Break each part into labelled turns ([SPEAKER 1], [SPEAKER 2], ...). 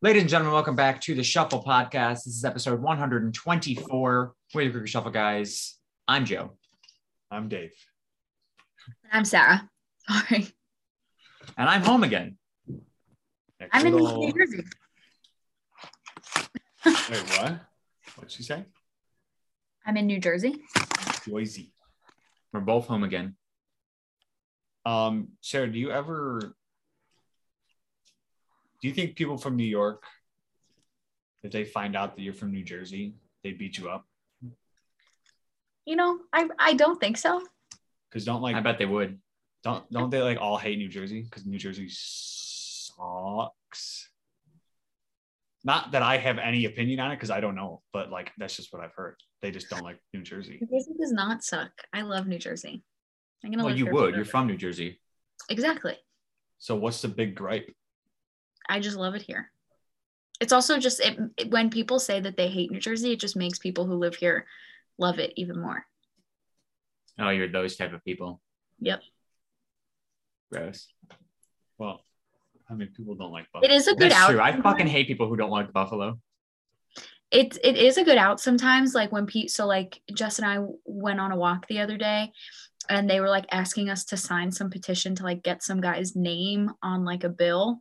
[SPEAKER 1] Ladies and gentlemen, welcome back to the Shuffle Podcast. This is episode 124. Way to Shuffle, guys. I'm Joe.
[SPEAKER 2] I'm Dave.
[SPEAKER 3] I'm Sarah. Sorry.
[SPEAKER 1] And I'm home again.
[SPEAKER 2] Next
[SPEAKER 3] I'm in
[SPEAKER 2] little-
[SPEAKER 3] New Jersey.
[SPEAKER 2] Wait, what? What'd she say?
[SPEAKER 3] I'm in New Jersey.
[SPEAKER 2] Boise.
[SPEAKER 1] We're both home again.
[SPEAKER 2] Um, Sarah, do you ever do you think people from New York, if they find out that you're from New Jersey, they beat you up?
[SPEAKER 3] You know, I, I don't think so.
[SPEAKER 2] Because don't
[SPEAKER 1] I
[SPEAKER 2] like
[SPEAKER 1] bet they would.
[SPEAKER 2] don't don't they like all hate New Jersey? Because New Jersey sucks. Not that I have any opinion on it because I don't know, but like that's just what I've heard. They just don't like New Jersey.
[SPEAKER 3] New Jersey does not suck. I love New Jersey. I'm gonna
[SPEAKER 1] Well,
[SPEAKER 3] live
[SPEAKER 1] Oh, you
[SPEAKER 3] here
[SPEAKER 1] would.
[SPEAKER 3] forever.
[SPEAKER 1] You're from New Jersey.
[SPEAKER 3] exactly.
[SPEAKER 2] So what's the big gripe?
[SPEAKER 3] I just love it here. It's also just it, it- when people say that they hate New Jersey, it just makes people who live here love it even more.
[SPEAKER 1] Oh, you're those type of people.
[SPEAKER 3] Yep.
[SPEAKER 1] Gross.
[SPEAKER 2] Well, I mean, people don't like
[SPEAKER 3] It is a good
[SPEAKER 1] That's
[SPEAKER 3] out.
[SPEAKER 1] true. I fucking hate people who don't like Buffalo.
[SPEAKER 3] it's it is a good out sometimes like when pete so like jess and i went on a walk the other day and they were like asking us to sign some petition to like get some guy's name on like a bill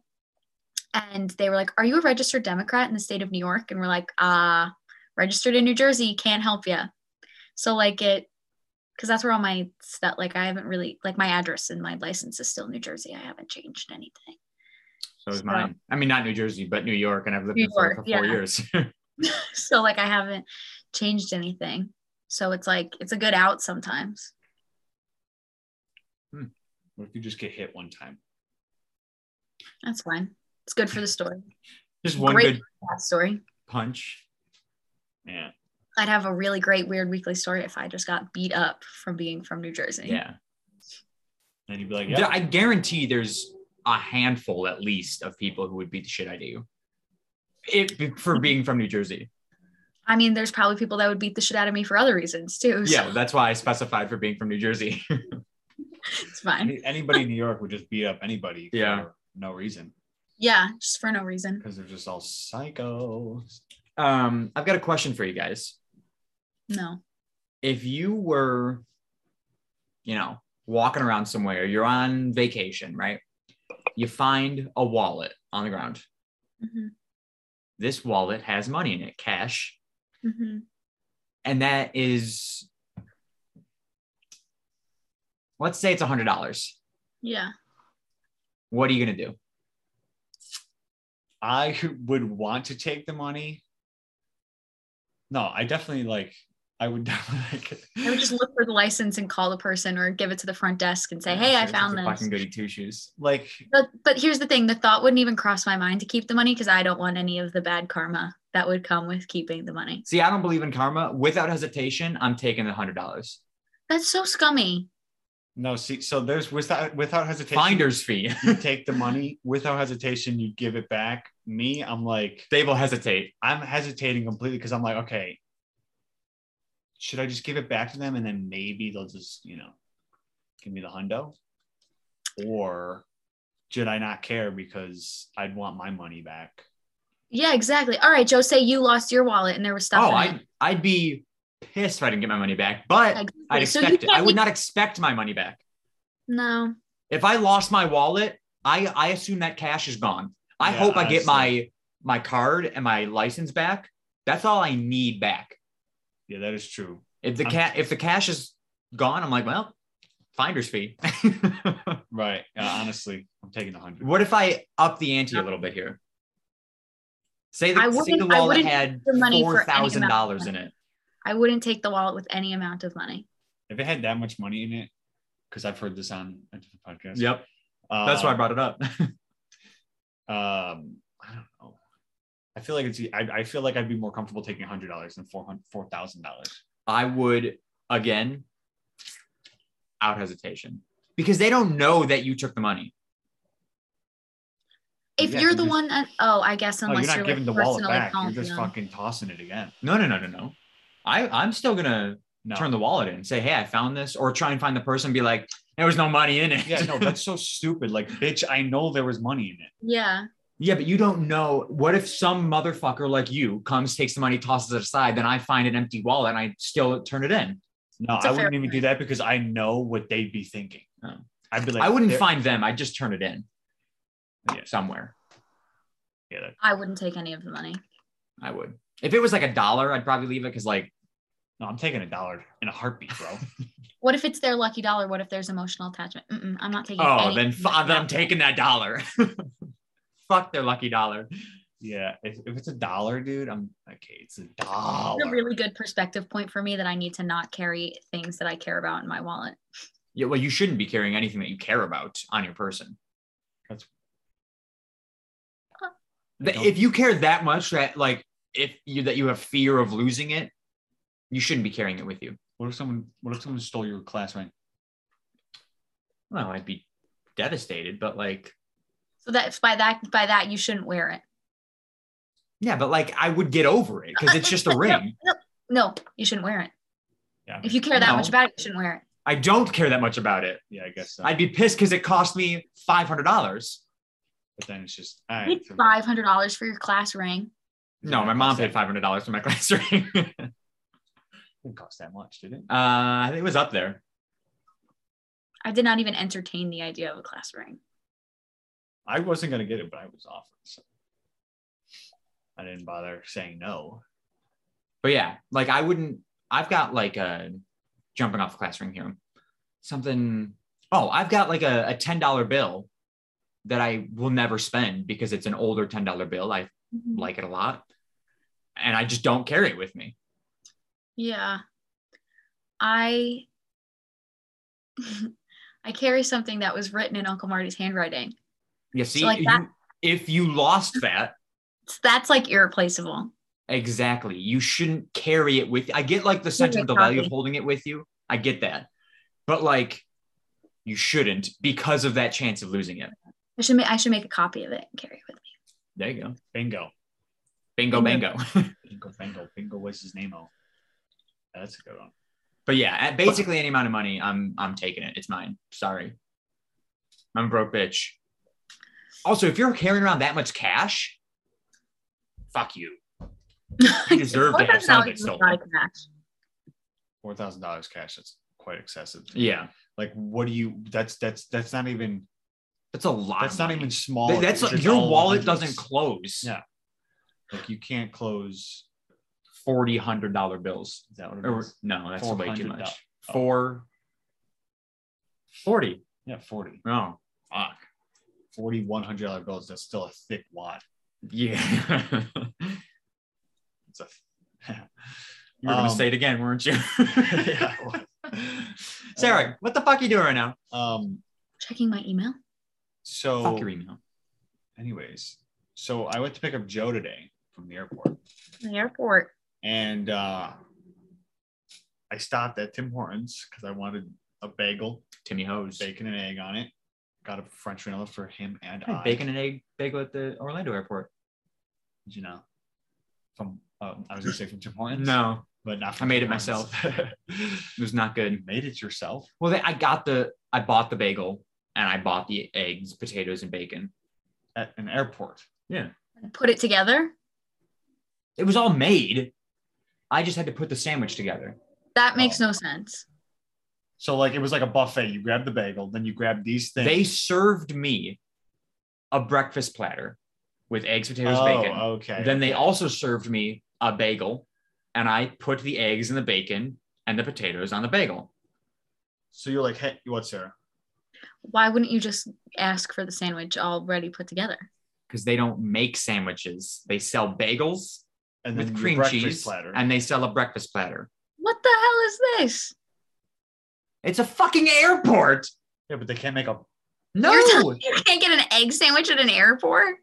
[SPEAKER 3] and they were like are you a registered democrat in the state of new york and we're like uh registered in new jersey can't help you so like it because that's where all my stuff like i haven't really like my address and my license is still new jersey i haven't changed anything
[SPEAKER 1] So is
[SPEAKER 3] So-
[SPEAKER 1] mine. I mean, not New Jersey, but New York, and I've lived
[SPEAKER 3] New
[SPEAKER 1] in Florida
[SPEAKER 3] York,
[SPEAKER 1] for four
[SPEAKER 3] yeah.
[SPEAKER 1] years.
[SPEAKER 3] so like i haven't changed anything so it's like it's a good out sometimes
[SPEAKER 2] What if you just get hit one time?
[SPEAKER 3] That's fine. It's good for the story.
[SPEAKER 1] Just one
[SPEAKER 3] Great.
[SPEAKER 1] good
[SPEAKER 3] That story.
[SPEAKER 1] punch.
[SPEAKER 2] Yeah.
[SPEAKER 3] I'd have a really great weird weekly story if I just got beat up from being from New Jersey.
[SPEAKER 1] Yeah.
[SPEAKER 2] And you'd be like,
[SPEAKER 1] There-
[SPEAKER 2] yeah,
[SPEAKER 1] I guarantee there's a handful at least of people who would beat the shit out of you. It for being from New Jersey.
[SPEAKER 3] I mean, there's probably people that would beat the shit out of me for other reasons too. So
[SPEAKER 1] Yeah, that's why I specified for being from New Jersey.
[SPEAKER 3] it's fine.
[SPEAKER 2] any- anybody in New York would just beat up anybody
[SPEAKER 1] Yeah.
[SPEAKER 2] for no reason
[SPEAKER 3] Yeah, just for no reason.
[SPEAKER 2] because they're just all psychos.
[SPEAKER 1] Um, I've got a question for you guys.
[SPEAKER 3] No.
[SPEAKER 1] If you were, you know, walking around somewhere, you're on vacation, right? You find a wallet on the ground.
[SPEAKER 3] hmm
[SPEAKER 1] This wallet has money in it, cash,
[SPEAKER 3] hmm
[SPEAKER 1] and that is, let's say it's a hundred dollars.
[SPEAKER 3] Yeah.
[SPEAKER 1] What are you gonna do?
[SPEAKER 2] I would want to take the money. No, I definitely like, I would definitely
[SPEAKER 3] I would
[SPEAKER 2] like,
[SPEAKER 3] just look for the license and call the person or give it to the front desk and say,
[SPEAKER 1] Yeah,
[SPEAKER 3] hey, I
[SPEAKER 1] seriously,
[SPEAKER 3] found
[SPEAKER 1] it's
[SPEAKER 3] this.
[SPEAKER 1] a Fucking goody two shoes.
[SPEAKER 2] like,
[SPEAKER 3] But but here's the thing: the thought wouldn't even cross my mind to keep the money because I don't want any of the bad karma that would come with keeping the money.
[SPEAKER 1] See, I don't believe in karma. Without hesitation, I'm taking the hundred dollars.
[SPEAKER 3] That's so scummy.
[SPEAKER 2] no, see, so there's without, without hesitation,
[SPEAKER 1] Finder's fee.
[SPEAKER 2] you take the money without hesitation, you give it back. Me, I'm like,
[SPEAKER 1] they will hesitate.
[SPEAKER 2] I'm hesitating completely because I'm like, okay, should I just give it back to them and then maybe they'll just, you know, give me the hundo? Or should I not care because I'd want my money back?
[SPEAKER 3] Yeah, exactly. All right, Joe, say you lost your wallet and there was stuff
[SPEAKER 1] Oh,
[SPEAKER 3] in
[SPEAKER 1] I I'd be pissed if I didn't get my money back, but
[SPEAKER 3] it.
[SPEAKER 1] I'd
[SPEAKER 3] Exactly. So you
[SPEAKER 1] expect it. I
[SPEAKER 3] can't
[SPEAKER 1] would
[SPEAKER 3] be-
[SPEAKER 1] not expect my money back.
[SPEAKER 3] No.
[SPEAKER 1] If I lost my wallet, I I assume that cash is gone. I
[SPEAKER 2] Yeah,
[SPEAKER 1] hope I get my
[SPEAKER 2] honestly.
[SPEAKER 1] my card and my license back. That's all I need back.
[SPEAKER 2] Yeah, that is true.
[SPEAKER 1] If the
[SPEAKER 2] I'm-
[SPEAKER 1] cat if the cash is gone, I'm like, well, finder's fee.
[SPEAKER 2] Right. Yeah, honestly, I'm taking the hundred.
[SPEAKER 1] What if I up the ante a little bit here? Say
[SPEAKER 3] I
[SPEAKER 1] the,
[SPEAKER 3] wouldn't-
[SPEAKER 1] say the
[SPEAKER 3] I
[SPEAKER 1] wallet
[SPEAKER 3] wouldn't
[SPEAKER 1] had
[SPEAKER 3] the money for
[SPEAKER 1] four
[SPEAKER 3] any
[SPEAKER 1] thousand
[SPEAKER 3] amount
[SPEAKER 1] dollars
[SPEAKER 3] of
[SPEAKER 1] in it.
[SPEAKER 3] I wouldn't take the wallet with any amount of money.
[SPEAKER 2] If it had that much money in it, because I've heard this on a different podcast.
[SPEAKER 1] Yep,
[SPEAKER 2] Um,
[SPEAKER 1] that's why I brought it up.
[SPEAKER 2] Um, I don't know. I feel like it's. I, I feel like I'd be more comfortable taking hundred dollars than four hundred four thousand dollars.
[SPEAKER 1] I would again, out hesitation, because they don't know that you took the money.
[SPEAKER 3] If
[SPEAKER 2] Yeah,
[SPEAKER 3] you're
[SPEAKER 2] you
[SPEAKER 3] the
[SPEAKER 2] just-
[SPEAKER 3] one that oh, I guess
[SPEAKER 2] No,
[SPEAKER 3] unless
[SPEAKER 2] you're not
[SPEAKER 3] you're,
[SPEAKER 2] giving
[SPEAKER 3] like,
[SPEAKER 2] the wallet
[SPEAKER 3] personally
[SPEAKER 2] back. You're
[SPEAKER 3] calling
[SPEAKER 2] just
[SPEAKER 3] them.
[SPEAKER 2] fucking tossing it again.
[SPEAKER 1] No, no, no, no, no. I I'm still gonna
[SPEAKER 2] No.
[SPEAKER 1] turn the wallet in and say, hey, I found this, or try and find the person, and be like, there was no money in it.
[SPEAKER 2] yeah, no, that's so stupid. Like, bitch, I know there was money in it.
[SPEAKER 3] Yeah.
[SPEAKER 1] Yeah, but you don't know. What if some motherfucker like you comes, takes the money, tosses it aside, then I find an empty wallet and I still turn it in.
[SPEAKER 2] No,
[SPEAKER 3] It's a
[SPEAKER 2] I wouldn't
[SPEAKER 3] fair
[SPEAKER 2] even do that because I know what they'd be thinking.
[SPEAKER 1] Oh.
[SPEAKER 2] I'd be like,
[SPEAKER 1] I wouldn't
[SPEAKER 2] "They're-
[SPEAKER 1] find them. I'd just turn it in
[SPEAKER 2] Yeah.
[SPEAKER 1] somewhere.
[SPEAKER 2] Yeah, that-
[SPEAKER 3] I wouldn't take any of the money.
[SPEAKER 1] I would. If it was like a dollar, I'd probably leave it because like
[SPEAKER 2] no, I'm taking a dollar in a heartbeat, bro.
[SPEAKER 3] What if it's their lucky dollar? What if there's emotional attachment? Mm-mm, I'm not taking.
[SPEAKER 1] oh
[SPEAKER 3] any-
[SPEAKER 1] then, f- then I'm taking that dollar. Fuck their lucky dollar.
[SPEAKER 2] yeah, if, if it's a dollar, dude, I'm okay. It's a dollar.
[SPEAKER 3] That's a really good perspective point for me that I need to not carry things that I care about in my wallet.
[SPEAKER 1] Yeah, well, you shouldn't be carrying anything that you care about on your person.
[SPEAKER 2] That's-
[SPEAKER 1] Th-
[SPEAKER 2] Nope.
[SPEAKER 1] If you care that much that like if you that you have fear of losing it, you shouldn't be carrying it with you.
[SPEAKER 2] What if someone? What if someone stole your class ring?
[SPEAKER 1] Well, I'd be devastated, but like
[SPEAKER 3] So that's by that by that you shouldn't wear it.
[SPEAKER 1] yeah, but like I would get over it because it's just a ring.
[SPEAKER 3] No, you shouldn't wear it.
[SPEAKER 2] Yeah,
[SPEAKER 3] If you care that
[SPEAKER 1] No.
[SPEAKER 3] much about it, you shouldn't wear it.
[SPEAKER 1] I don't care that much about it.
[SPEAKER 2] yeah, I guess so.
[SPEAKER 1] I'd be pissed because it cost me five hundred dollars.
[SPEAKER 2] but then it's just all right,
[SPEAKER 3] Paid
[SPEAKER 2] so-
[SPEAKER 3] five hundred dollars for your class ring.
[SPEAKER 1] No, my mom paid five hundred dollars for my class ring. uh,
[SPEAKER 2] Didn't cost that much, did it?
[SPEAKER 1] I think Uh, it was up there.
[SPEAKER 3] I did not even entertain the idea of a class ring.
[SPEAKER 2] I wasn't gonna get it, but I was offered. So. I didn't bother saying no.
[SPEAKER 1] But yeah, like I wouldn't. I've got like a jumping off the class ring here. Something. Oh, I've got like a, a ten dollar bill that I will never spend because it's an older ten dollar bill. I like it a lot, and I just don't carry it with me.
[SPEAKER 3] Yeah. I I carry something that was written in Uncle Marty's handwriting.
[SPEAKER 1] You see,
[SPEAKER 3] like
[SPEAKER 1] you-
[SPEAKER 3] that-
[SPEAKER 1] if you lost that,
[SPEAKER 3] So that's like irreplaceable.
[SPEAKER 1] exactly, you shouldn't carry it with. I get like the sentimental value of
[SPEAKER 3] copy.
[SPEAKER 1] holding it with you. I get that, but like, you shouldn't because of that chance of losing it.
[SPEAKER 3] I should make I should make a copy of it and carry it with me.
[SPEAKER 1] There you go.
[SPEAKER 2] Bingo,
[SPEAKER 1] Bingo, bango.
[SPEAKER 2] bingo, bingo, bingo. What's his name? Oh, Yeah, that's a good one.
[SPEAKER 1] But yeah, at basically any amount of money, I'm I'm taking it. It's mine. Sorry. I'm a broke bitch. Also, if you're carrying around that much cash, fuck you. You deserve to have some of it
[SPEAKER 3] $4,000 was not a
[SPEAKER 1] stolen.
[SPEAKER 3] cash.
[SPEAKER 2] Four thousand dollars cash. That's quite excessive.
[SPEAKER 1] Yeah.
[SPEAKER 2] Like, what do you? That's that's that's not even.
[SPEAKER 1] That's a lot.
[SPEAKER 2] That's
[SPEAKER 1] of
[SPEAKER 2] not
[SPEAKER 1] money.
[SPEAKER 2] even small.
[SPEAKER 1] Th- That's
[SPEAKER 2] It's
[SPEAKER 1] like
[SPEAKER 2] just
[SPEAKER 1] your
[SPEAKER 2] all
[SPEAKER 1] wallet
[SPEAKER 2] hundreds.
[SPEAKER 1] doesn't close
[SPEAKER 2] Yeah. Like you can't close.
[SPEAKER 1] forty hundred dollar bills.
[SPEAKER 2] Is that what it
[SPEAKER 1] Or,
[SPEAKER 2] is?
[SPEAKER 1] no, that's way too
[SPEAKER 2] $400.
[SPEAKER 1] much.
[SPEAKER 2] Oh.
[SPEAKER 1] Four. Forty.
[SPEAKER 2] Yeah, 40.
[SPEAKER 1] Oh, fuck.
[SPEAKER 2] 40 100 dollar bills. That's still a thick wad.
[SPEAKER 1] Yeah.
[SPEAKER 2] It's a. yeah,
[SPEAKER 1] you were gonna
[SPEAKER 2] Um,
[SPEAKER 1] say it again, weren't you?
[SPEAKER 2] it was.
[SPEAKER 1] Sarah, what the fuck are you doing right now?
[SPEAKER 2] Um.
[SPEAKER 3] Checking my email.
[SPEAKER 2] So.
[SPEAKER 1] Fuck your email.
[SPEAKER 2] anyways, so I went to pick up Joe today from the airport,
[SPEAKER 3] The airport.
[SPEAKER 2] and uh, I stopped at Tim Hortons because I wanted a bagel,
[SPEAKER 1] Timmy Hose.
[SPEAKER 2] bacon and egg on it. Got a French vanilla for him and
[SPEAKER 1] Hey,
[SPEAKER 2] I.
[SPEAKER 1] bacon and egg bagel at the Orlando airport.
[SPEAKER 2] Did you know? From oh, I was gonna say from Tim Hortons.
[SPEAKER 1] No,
[SPEAKER 2] but not.
[SPEAKER 1] I
[SPEAKER 2] From
[SPEAKER 1] made
[SPEAKER 2] Tim
[SPEAKER 1] it myself.
[SPEAKER 2] Hortons.
[SPEAKER 1] it was not
[SPEAKER 2] you
[SPEAKER 1] good.
[SPEAKER 2] made it yourself.
[SPEAKER 1] Well, they, I got the, I bought the bagel and I bought the eggs, potatoes, and bacon.
[SPEAKER 2] At an airport.
[SPEAKER 3] Put it together.
[SPEAKER 1] It was all made. I just had to put the sandwich together.
[SPEAKER 3] That makes
[SPEAKER 1] Oh.
[SPEAKER 3] no sense.
[SPEAKER 2] So like it was like a buffet. You grab the bagel, then you grab these things.
[SPEAKER 1] They served me a breakfast platter with eggs, potatoes,
[SPEAKER 2] oh,
[SPEAKER 1] bacon.
[SPEAKER 2] okay.
[SPEAKER 1] Then they also served me a bagel and I put the eggs and the bacon and the potatoes on the bagel.
[SPEAKER 2] so you're like, hey, what, Sarah?
[SPEAKER 3] Why wouldn't you just ask for the sandwich already put together?
[SPEAKER 1] Because they don't make sandwiches. They sell bagels
[SPEAKER 2] And
[SPEAKER 1] with
[SPEAKER 2] your
[SPEAKER 1] cream
[SPEAKER 2] breakfast
[SPEAKER 1] cheese
[SPEAKER 2] platter.
[SPEAKER 1] and they sell a breakfast platter.
[SPEAKER 3] What the hell is this?
[SPEAKER 1] It's a fucking airport.
[SPEAKER 2] yeah, but they can't make a
[SPEAKER 1] No.
[SPEAKER 3] You're telling me you can't get an egg sandwich at an airport?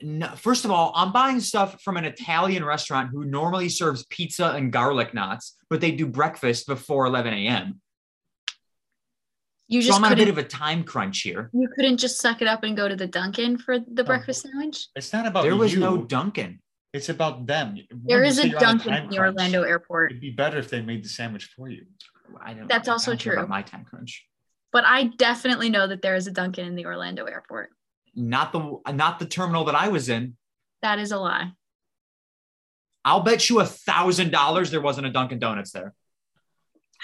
[SPEAKER 1] no. First of all, I'm buying stuff from an Italian restaurant who normally serves pizza and garlic knots, but they do breakfast before 11 a.m.
[SPEAKER 3] You
[SPEAKER 1] So
[SPEAKER 3] just
[SPEAKER 1] I'm on a
[SPEAKER 3] couldn't.
[SPEAKER 1] bit of a time crunch here.
[SPEAKER 3] you couldn't just suck it up and go to the Dunkin' for
[SPEAKER 1] Oh.
[SPEAKER 3] the breakfast sandwich.
[SPEAKER 2] It's not about
[SPEAKER 1] there was
[SPEAKER 2] Oh, you.
[SPEAKER 1] no Dunkin'.
[SPEAKER 2] It's about them.
[SPEAKER 3] There
[SPEAKER 2] One,
[SPEAKER 3] is a
[SPEAKER 2] you're on
[SPEAKER 3] Dunkin'
[SPEAKER 2] time
[SPEAKER 3] in the
[SPEAKER 2] crunch.
[SPEAKER 3] Orlando airport,
[SPEAKER 2] It'd be better if they made the sandwich for you.
[SPEAKER 1] I don't.
[SPEAKER 3] That's
[SPEAKER 1] I
[SPEAKER 3] also
[SPEAKER 1] don't care about
[SPEAKER 3] true.
[SPEAKER 1] my time crunch.
[SPEAKER 3] but I definitely know that there is a Dunkin' in the Orlando airport.
[SPEAKER 1] Not the not the terminal that I was in.
[SPEAKER 3] That is a lie.
[SPEAKER 1] I'll bet you a thousand dollars there wasn't a Dunkin' Donuts there.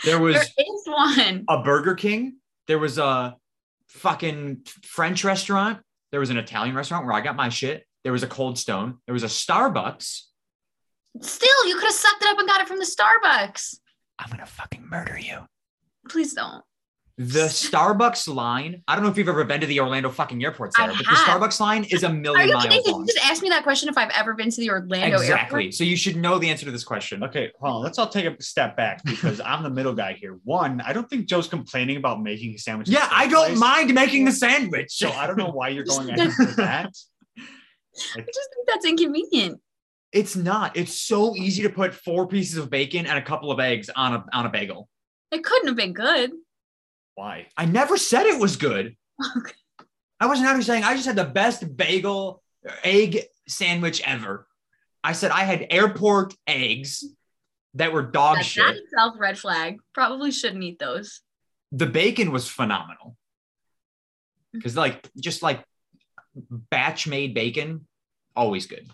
[SPEAKER 1] There was
[SPEAKER 3] There is one.
[SPEAKER 1] a Burger King. There was a fucking French restaurant. There was an Italian restaurant where I got my shit. There was a Cold Stone. There was a Starbucks.
[SPEAKER 3] Still, you could have sucked it up and got it from the Starbucks.
[SPEAKER 1] I'm gonna fucking murder you.
[SPEAKER 3] Please don't.
[SPEAKER 1] The Starbucks line. I don't know if you've ever been to the Orlando fucking airport,
[SPEAKER 3] I
[SPEAKER 1] Sarah, but the
[SPEAKER 3] have.
[SPEAKER 1] Starbucks line is a
[SPEAKER 3] Are
[SPEAKER 1] million
[SPEAKER 3] you
[SPEAKER 1] miles
[SPEAKER 3] kidding? Did
[SPEAKER 1] long.
[SPEAKER 3] you just ask me that question if I've ever been to the Orlando
[SPEAKER 1] Exactly.
[SPEAKER 3] airport?
[SPEAKER 1] So you should know the answer to this question.
[SPEAKER 2] Okay, hold on. Let's all take a step back because I'm the middle guy here. One, I don't think Joe's complaining about making his sandwich. in the
[SPEAKER 1] Yeah,
[SPEAKER 2] first
[SPEAKER 1] I don't
[SPEAKER 2] place,
[SPEAKER 1] mind making the sandwich.
[SPEAKER 2] So I don't know why you're going after that.
[SPEAKER 3] I just think that's inconvenient.
[SPEAKER 1] It's not. It's so easy to put four pieces of bacon and a couple of eggs on a on a bagel.
[SPEAKER 3] It couldn't have been good.
[SPEAKER 2] Why?
[SPEAKER 1] I never said it was good.
[SPEAKER 3] Okay.
[SPEAKER 1] I wasn't ever saying I just had the best bagel egg sandwich ever. I said I had airport eggs that were dog
[SPEAKER 3] That-
[SPEAKER 1] shit.
[SPEAKER 3] that itself, red flag. Probably shouldn't eat those.
[SPEAKER 1] the bacon was phenomenal
[SPEAKER 3] Mm.
[SPEAKER 1] because like just like batch made bacon always good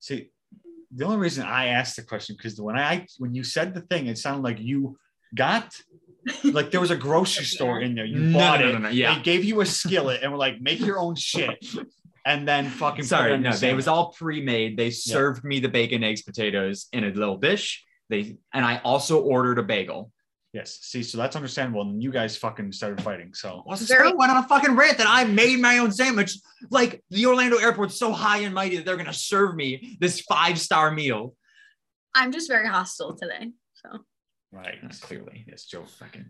[SPEAKER 2] See, the only reason I asked the question because when I when you said the thing, it sounded like you got like there was a grocery store in there. You bought it.
[SPEAKER 1] yeah
[SPEAKER 2] They gave you a skillet and were like, make your own shit, and then fucking. put it
[SPEAKER 1] sorry
[SPEAKER 2] on
[SPEAKER 1] no
[SPEAKER 2] your
[SPEAKER 1] they was
[SPEAKER 2] sandwich.
[SPEAKER 1] all pre-made they served me the bacon eggs potatoes in a little dish they and i also ordered a bagel
[SPEAKER 2] yes. See, so that's understandable. And you guys fucking started fighting. So
[SPEAKER 1] also
[SPEAKER 3] Very-
[SPEAKER 1] Sarah went on a fucking rant that i made my own sandwich like the orlando airport's so high and mighty that they're gonna serve me this five star meal
[SPEAKER 3] I'm just very hostile today.
[SPEAKER 2] right,
[SPEAKER 1] clearly yes joe fucking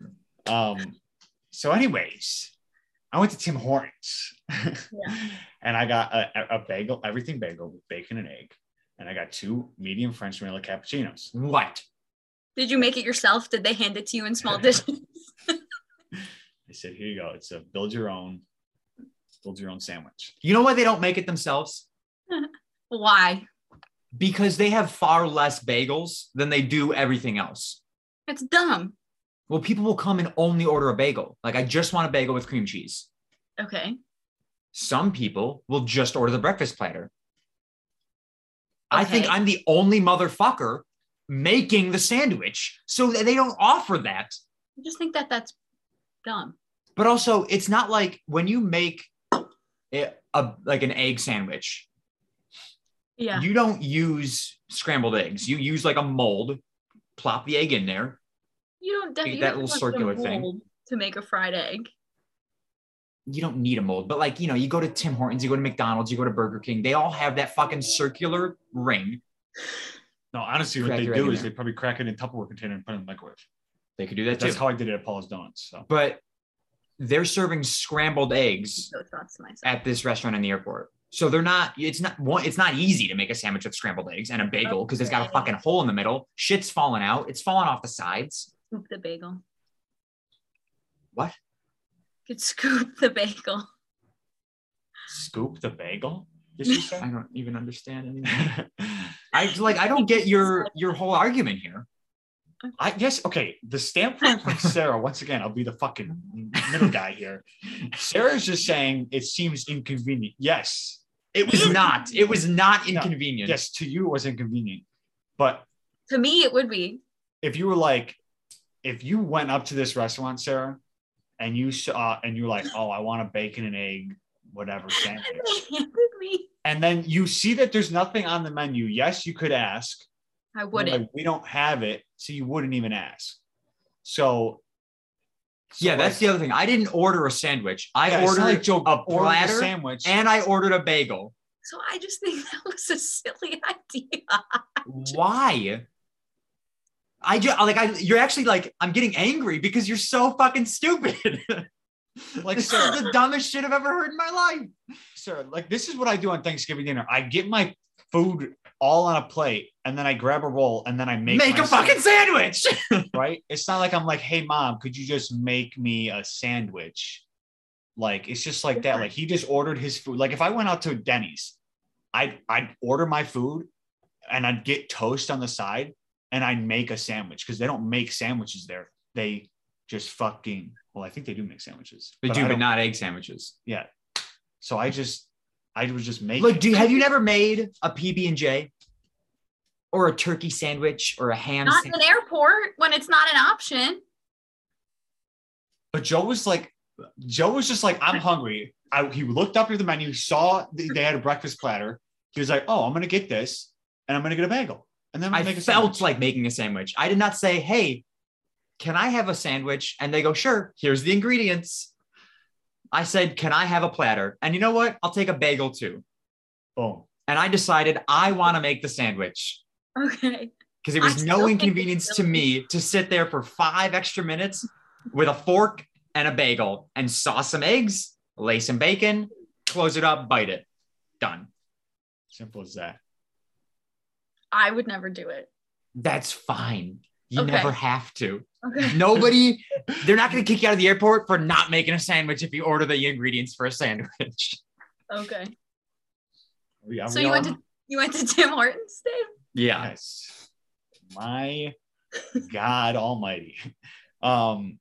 [SPEAKER 2] Um, so, anyways, I went to Tim Hortons and I got a, a bagel, everything bagel with bacon and egg. And I got two medium French vanilla cappuccinos.
[SPEAKER 1] what
[SPEAKER 3] Did you make it yourself? Did they hand it to you in small dishes?
[SPEAKER 2] I said, here you go. It's a build your own, build your own sandwich.
[SPEAKER 1] you know why they don't make it themselves
[SPEAKER 3] Why?
[SPEAKER 1] because they have far less bagels than they do everything else.
[SPEAKER 3] It's dumb.
[SPEAKER 1] Well, people will come and only order a bagel. Like, I just want a bagel with cream cheese.
[SPEAKER 3] Okay.
[SPEAKER 1] Some people will just order the breakfast platter. I think
[SPEAKER 3] Okay.
[SPEAKER 1] I'm the only motherfucker making the sandwich. So they don't offer that.
[SPEAKER 3] I just think that that's dumb.
[SPEAKER 1] But also, it's not like when you make it a, like an egg sandwich,
[SPEAKER 3] Yeah.
[SPEAKER 1] you don't use scrambled eggs. You use like a mold, plop the egg in there,
[SPEAKER 3] You don't
[SPEAKER 1] Make
[SPEAKER 3] definitely
[SPEAKER 1] that little circular thing.
[SPEAKER 3] to make a fried egg.
[SPEAKER 1] you don't need a mold, but like, you know, you go to Tim Hortons, you go to McDonald's, you go to Burger King, they all have that fucking circular ring.
[SPEAKER 2] No, honestly, what
[SPEAKER 1] Crack
[SPEAKER 2] they
[SPEAKER 1] your egg
[SPEAKER 2] do
[SPEAKER 1] in
[SPEAKER 2] is
[SPEAKER 1] there.
[SPEAKER 2] they probably crack it in a Tupperware container and put it in the microwave.
[SPEAKER 1] They could do that
[SPEAKER 2] That's
[SPEAKER 1] too.
[SPEAKER 2] how I did it at Paul's Donuts. So
[SPEAKER 1] but they're serving scrambled eggs
[SPEAKER 3] No thoughts to myself.
[SPEAKER 1] at this restaurant in the airport. So they're not, it's not one, it's not easy to make a sandwich with scrambled eggs and a bagel because it's got a
[SPEAKER 3] Okay.
[SPEAKER 1] fucking hole in the middle. Shit's falling out. It's falling off the sides.
[SPEAKER 3] Scoop the bagel.
[SPEAKER 1] What?
[SPEAKER 3] Could scoop the bagel.
[SPEAKER 2] scoop the bagel. Did she say?
[SPEAKER 1] I don't even understand anymore. I like I don't get your your whole argument here.
[SPEAKER 2] I guess okay. The standpoint from Sarah, once again, I'll be the fucking middle guy here. Sarah's just saying it seems inconvenient. Yes,
[SPEAKER 1] It was not. It was not
[SPEAKER 2] No.
[SPEAKER 1] inconvenient.
[SPEAKER 2] yes, to you it was inconvenient. But
[SPEAKER 3] To me, it would be.
[SPEAKER 2] if you were like, if you went up to this restaurant, Sarah, and you saw and you're like, oh, I want a bacon and egg, whatever
[SPEAKER 3] And
[SPEAKER 2] sandwich,
[SPEAKER 3] they handed me.
[SPEAKER 2] and then you see that there's nothing on the menu. Yes, you could ask.
[SPEAKER 3] I
[SPEAKER 2] You're
[SPEAKER 3] wouldn't.
[SPEAKER 2] like, we don't have it, so you wouldn't even ask. So, so
[SPEAKER 1] Yeah, that's
[SPEAKER 2] like-
[SPEAKER 1] the other thing. I didn't order a sandwich. I
[SPEAKER 2] Yeah, it's
[SPEAKER 1] ordered
[SPEAKER 2] not like Joe
[SPEAKER 1] a
[SPEAKER 2] ordered a
[SPEAKER 1] platter
[SPEAKER 2] sandwich.
[SPEAKER 1] and I ordered a bagel.
[SPEAKER 3] So I just think that was a silly idea.
[SPEAKER 1] Why? I just like I you're actually like I'm getting angry because you're so fucking stupid. like
[SPEAKER 2] Like,
[SPEAKER 1] this
[SPEAKER 2] sir.
[SPEAKER 1] is the dumbest shit I've ever heard in my life.
[SPEAKER 2] sir, like this is what I do on Thanksgiving dinner. I get my food all on a plate and then I grab a roll and then I make
[SPEAKER 1] Make,
[SPEAKER 2] my
[SPEAKER 1] a fucking sandwich.
[SPEAKER 2] sandwich, right. It's not like I'm like, hey mom, could you just make me a sandwich? Like it's just like that. Like he just ordered his food. Like if I went out to Denny's, I'd I'd order my food and I'd get toast on the side and I'd make a sandwich because they don't make sandwiches there. They just fucking well, I think they do make sandwiches.
[SPEAKER 1] They
[SPEAKER 2] but
[SPEAKER 1] do,
[SPEAKER 2] I
[SPEAKER 1] but
[SPEAKER 2] don't-
[SPEAKER 1] not egg sandwiches.
[SPEAKER 2] So I just, I was just making.
[SPEAKER 1] Like, do you, have you never made a PB and J, or a turkey sandwich, or a ham?
[SPEAKER 3] Not in
[SPEAKER 1] sandwich?
[SPEAKER 3] an airport when it's not an option.
[SPEAKER 2] But Joe was like, Joe was just like, I'm hungry. I, he looked up at the menu, saw th- they had a breakfast platter. He was like, Oh, I'm gonna get this, and I'm gonna get a bagel, and then I'm
[SPEAKER 1] I
[SPEAKER 2] gonna make a
[SPEAKER 1] felt
[SPEAKER 2] sandwich.
[SPEAKER 1] like making a sandwich. I did not say, "Hey, can I have a sandwich?" And they go, "Sure. Here's the ingredients." I said, "Can I have a platter?" And you know what? I'll take a bagel too.
[SPEAKER 2] boom.
[SPEAKER 1] And I decided I want to make the sandwich
[SPEAKER 3] Okay.
[SPEAKER 1] because it
[SPEAKER 3] I
[SPEAKER 1] was
[SPEAKER 3] still
[SPEAKER 1] no
[SPEAKER 3] think it's
[SPEAKER 1] inconvenience to
[SPEAKER 3] silly.
[SPEAKER 1] me to sit there for five extra minutes with a fork and a bagel and sauce some eggs, lay some bacon, close it up, bite it, done.
[SPEAKER 2] Simple as that.
[SPEAKER 3] I would never do it.
[SPEAKER 1] That's fine. You
[SPEAKER 3] Okay.
[SPEAKER 1] never have to.
[SPEAKER 3] Okay.
[SPEAKER 1] Nobody, they're not going to kick you out of the airport for not making a sandwich if you order the ingredients for a sandwich.
[SPEAKER 3] Okay.
[SPEAKER 2] Are we- are
[SPEAKER 3] So
[SPEAKER 2] we
[SPEAKER 3] you
[SPEAKER 2] all-
[SPEAKER 3] went to you went to Tim Hortons, Dave?
[SPEAKER 1] Yeah.
[SPEAKER 2] Yes. My God Almighty. Um,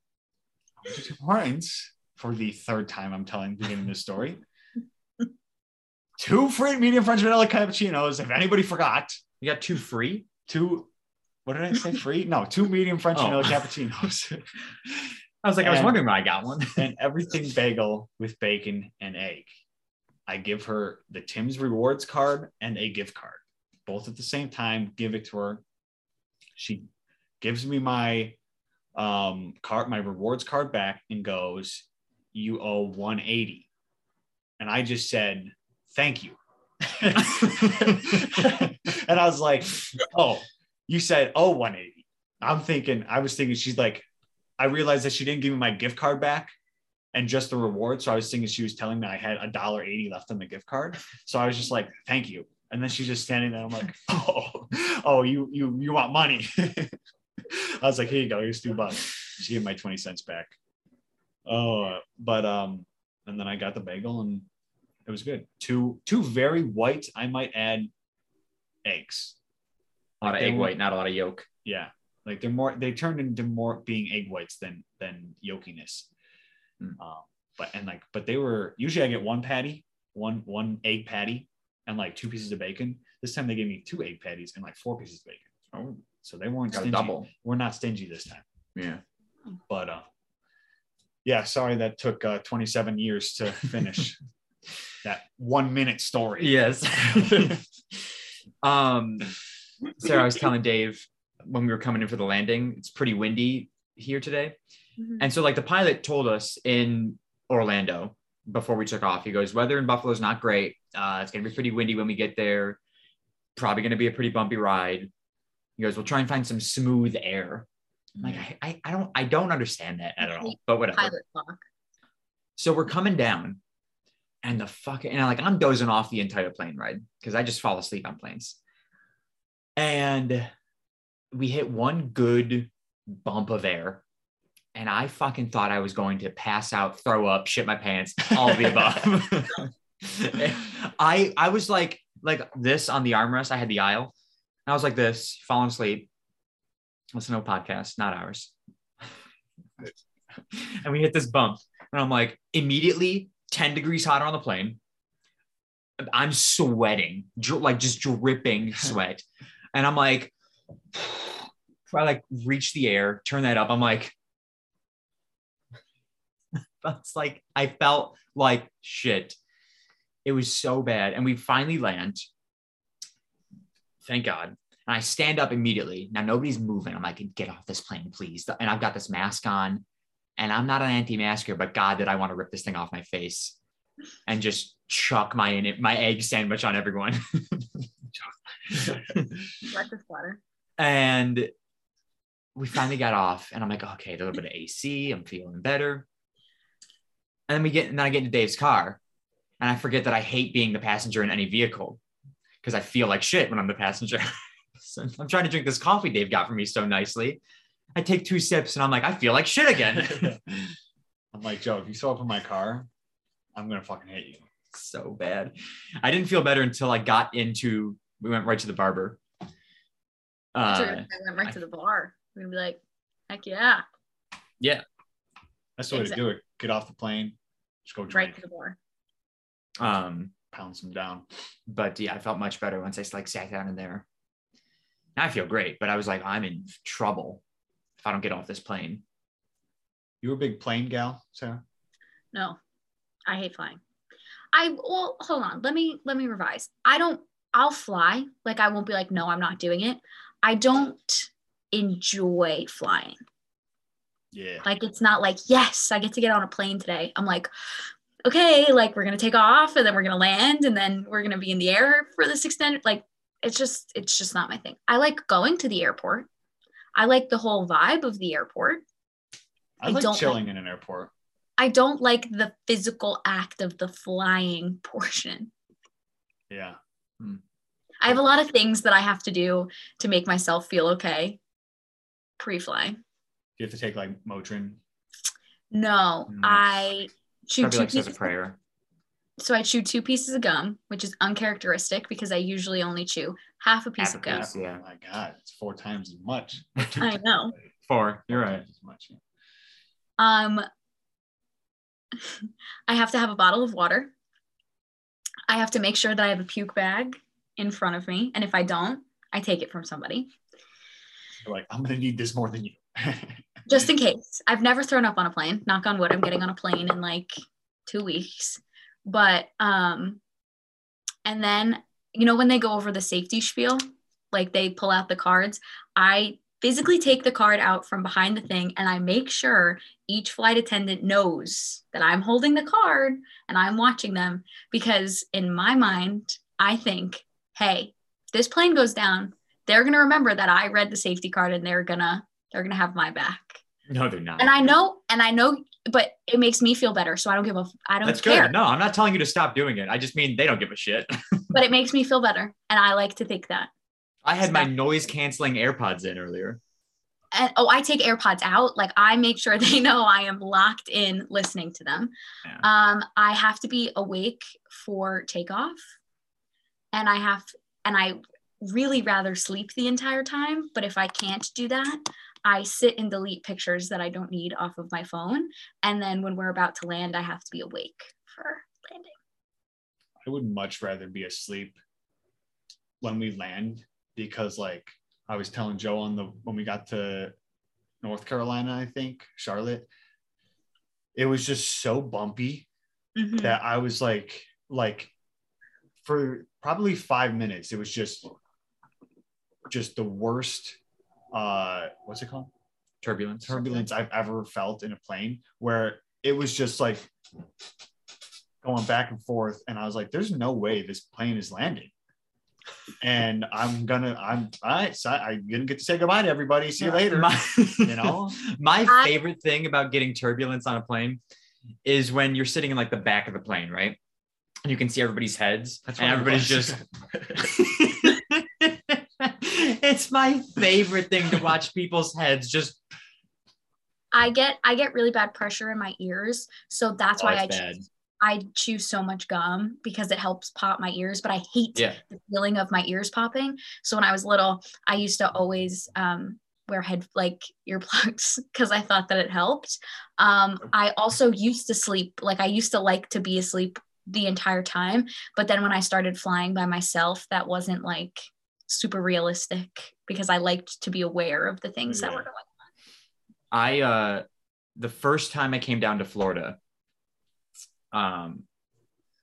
[SPEAKER 2] I went to Tim Hortons for the third time. I'm telling beginning this story. Two free medium French vanilla cappuccinos. If anybody forgot,
[SPEAKER 1] You got two free?
[SPEAKER 2] two. What did I say? Free? No, two medium French
[SPEAKER 1] Oh.
[SPEAKER 2] vanilla cappuccinos,
[SPEAKER 1] I was like, I was
[SPEAKER 2] And-
[SPEAKER 1] wondering why I got one.
[SPEAKER 2] and everything bagel with bacon and egg. I give her the Tim's Rewards card and a gift card, both at the same time. Give it to her. She gives me my um card my rewards card back and goes you owe 180 and i just said thank you and i was like oh you said oh 180 i'm thinking i was thinking she's like i realized that she didn't give me my gift card back and just the reward so i was thinking she was telling me i had a dollar 80 left on the gift card so i was just like thank you and then she's just standing there i'm like oh oh you you you want money I was like, here you go, here's two bucks. She gave my 20 cents back. Oh, but um, and then I got the bagel and it was good. Two two very white, I might add, eggs.
[SPEAKER 1] A lot of egg white, not a lot of yolk.
[SPEAKER 2] Yeah. Like they're more they turned into more being egg whites than than yolkiness.
[SPEAKER 1] Mm.
[SPEAKER 2] Um, but and like but they were usually I get one patty, one one egg patty, and like two pieces of bacon. This time they gave me two egg patties and like four pieces of bacon.
[SPEAKER 1] Oh,
[SPEAKER 2] So they weren't
[SPEAKER 1] got a
[SPEAKER 2] stingy.
[SPEAKER 1] double.
[SPEAKER 2] We're not stingy this time.
[SPEAKER 1] Yeah.
[SPEAKER 2] but uh, yeah, sorry that took uh, 27 years to finish that one minute story.
[SPEAKER 1] Yes. um, Sarah, I was telling Dave when we were coming in for the landing, it's pretty windy here today.
[SPEAKER 3] Mhm.
[SPEAKER 1] And so, like, the pilot told us in Orlando before we took off, he goes, Weather in Buffalo is not great. Uh, it's going to be pretty windy when we get there. Probably going to be a pretty bumpy ride. He goes, We'll try and find some smooth air. I'm Like, I, I, I don't, I don't understand that at all, but whatever.
[SPEAKER 3] Pilot clock.
[SPEAKER 1] So we're coming down, and the fucking and I'm like I'm dozing off the entire plane ride because I just fall asleep on planes. And we hit one good bump of air, and I fucking thought I was going to pass out, throw up, shit my pants, all of the above. I I was like like this on the armrest. I had the aisle, and I was like this, falling asleep. Listen to a podcast, not ours. and we hit this bump. And I'm like, immediately 10 degrees hotter on the plane. I'm sweating, dri- like just dripping sweat. and I'm like, I like reach the air, turn that up. I'm like, that's like, I felt like shit. It was so bad. And we finally land. Thank God. And I stand up immediately. Now nobody's moving. I'm like, get off this plane, please. And I've got this mask on and I'm not an anti-masker, but God, did I want to rip this thing off my face and just chuck my my egg sandwich on everyone.
[SPEAKER 3] Breakfast platter.
[SPEAKER 1] and we finally got off, and I'm like, okay, a little bit of AC, I'm feeling better. And then we get, and then I get into Dave's car, and I forget that I hate being the passenger in any vehicle because I feel like shit when I'm the passenger. so I'm trying to drink this coffee Dave got for me so nicely. I take two sips, and I'm like, I feel like shit again.
[SPEAKER 2] I'm like, Joe, if you show up in my car, I'm going to fucking hit you.
[SPEAKER 1] so bad. I didn't feel better until I got into. We went right to the barber.
[SPEAKER 3] So
[SPEAKER 1] Uh,
[SPEAKER 3] I went right
[SPEAKER 1] I-
[SPEAKER 3] to the bar. We're gonna be like, heck yeah,
[SPEAKER 2] That's the way to do it. Get off the plane, just go
[SPEAKER 3] right
[SPEAKER 2] drink.
[SPEAKER 3] to the bar.
[SPEAKER 1] Um,
[SPEAKER 2] pounds them down.
[SPEAKER 1] but yeah, I felt much better once I like sat down in there. Now I feel great, but I was like, I'm in trouble if I don't get off this plane.
[SPEAKER 2] You were a big plane gal, Sarah.
[SPEAKER 3] No, I hate flying. I well, hold on. Let me let me revise. I don't. I'll fly. Like I won't be like, no, I'm not doing it. I don't enjoy flying.
[SPEAKER 2] Yeah.
[SPEAKER 3] Like it's not like, yes, I get to get on a plane today. I'm like, okay, like we're gonna take off and then we're gonna land and then we're gonna be in the air for this extended. Like it's just it's just not my thing. I like going to the airport. I like the whole vibe of the airport.
[SPEAKER 2] I,
[SPEAKER 3] I
[SPEAKER 2] like
[SPEAKER 3] don't like-
[SPEAKER 2] chilling in an airport.
[SPEAKER 3] I don't like the physical act of the flying portion.
[SPEAKER 2] Yeah.
[SPEAKER 3] I have a lot of things that I have to do to make myself feel okay pre-flying.
[SPEAKER 2] Do you have to take like Motrin?
[SPEAKER 3] No,
[SPEAKER 2] Mm.
[SPEAKER 3] I chew
[SPEAKER 1] Probably
[SPEAKER 3] two
[SPEAKER 1] like says a
[SPEAKER 3] pieces.
[SPEAKER 1] prayer.
[SPEAKER 3] So I chew two pieces of gum, which is uncharacteristic because I usually only chew half a piece
[SPEAKER 1] Half
[SPEAKER 3] of
[SPEAKER 1] a
[SPEAKER 3] gum.
[SPEAKER 1] piece. Yeah.
[SPEAKER 2] Oh my God, it's four times as much.
[SPEAKER 3] I know.
[SPEAKER 1] Four. You're
[SPEAKER 2] Four
[SPEAKER 1] right.
[SPEAKER 2] times As much. yeah.
[SPEAKER 3] Um, I have to have a bottle of water. I have to make sure that I have a puke bag in front of me, and if I don't, I take it from somebody
[SPEAKER 2] You're like, I'm gonna need this more than you.
[SPEAKER 3] just in case. I've never thrown up on a plane. Knock on wood. I'm getting on a plane in like two weeks, but um, and then you know when they go over the safety spiel, like they pull out the cards. I physically take the card out from behind the thing, and I make sure each flight attendant knows that I'm holding the card and I'm watching them because in my mind, I think, hey, this plane goes down, they're gonna remember that I read the safety card and they're gonna they're gonna have my back.
[SPEAKER 1] No, they're not.
[SPEAKER 3] And I know, and I know, but it makes me feel better. So I don't give a f- I don't
[SPEAKER 1] That's
[SPEAKER 3] care.
[SPEAKER 1] good. No, I'm not telling you to stop doing it. I just mean they don't give a shit.
[SPEAKER 3] But it makes me feel better. And I like to think that.
[SPEAKER 1] I had my noise canceling AirPods in earlier.
[SPEAKER 3] And oh, I take AirPods out. Like I make sure they know I am locked in listening to them.
[SPEAKER 1] Yeah.
[SPEAKER 3] Um, I have to be awake for takeoff, and I have and I really rather sleep the entire time. But if I can't do that, I sit and delete pictures that I don't need off of my phone. And then when we're about to land, I have to be awake for landing.
[SPEAKER 2] I would much rather be asleep when we land because like I was telling Joe on the when we got to North Carolina, I think, Charlotte, it was just so bumpy
[SPEAKER 3] Mhm.
[SPEAKER 2] that I was like like for probably 5 minutes it was just just the worst uh what's it called?
[SPEAKER 1] Turbulence.
[SPEAKER 2] turbulence I've ever felt in a plane where it was just like going back and forth. And I was like, there's no way this plane is landing. And I'm gonna, I'm, all right, so I, I didn't get to say goodbye to everybody. See you later.
[SPEAKER 1] My,
[SPEAKER 2] you know,
[SPEAKER 1] my
[SPEAKER 3] I-
[SPEAKER 1] favorite thing about getting turbulence on a plane is when you're sitting in like the back of the plane, right? And you can see everybody's heads, and
[SPEAKER 2] what it
[SPEAKER 1] everybody's
[SPEAKER 2] was.
[SPEAKER 1] just. it's my favorite thing to watch people's heads just.
[SPEAKER 3] I get I get really bad pressure in my ears, so that's
[SPEAKER 1] Oh,
[SPEAKER 3] why
[SPEAKER 1] it's
[SPEAKER 3] I
[SPEAKER 1] bad.
[SPEAKER 3] choose, I chew so much gum because it helps pop my ears. But I hate
[SPEAKER 1] Yeah.
[SPEAKER 3] the feeling of my ears popping. So when I was little, I used to always um, wear head like earplugs because I thought that it helped. Um, I also used to sleep like I used to like to be asleep the entire time, but then when I started flying by myself, that wasn't like super realistic because I liked to be aware of the things that
[SPEAKER 2] Yeah.
[SPEAKER 3] were going.
[SPEAKER 1] I uh the first time I came down to Florida um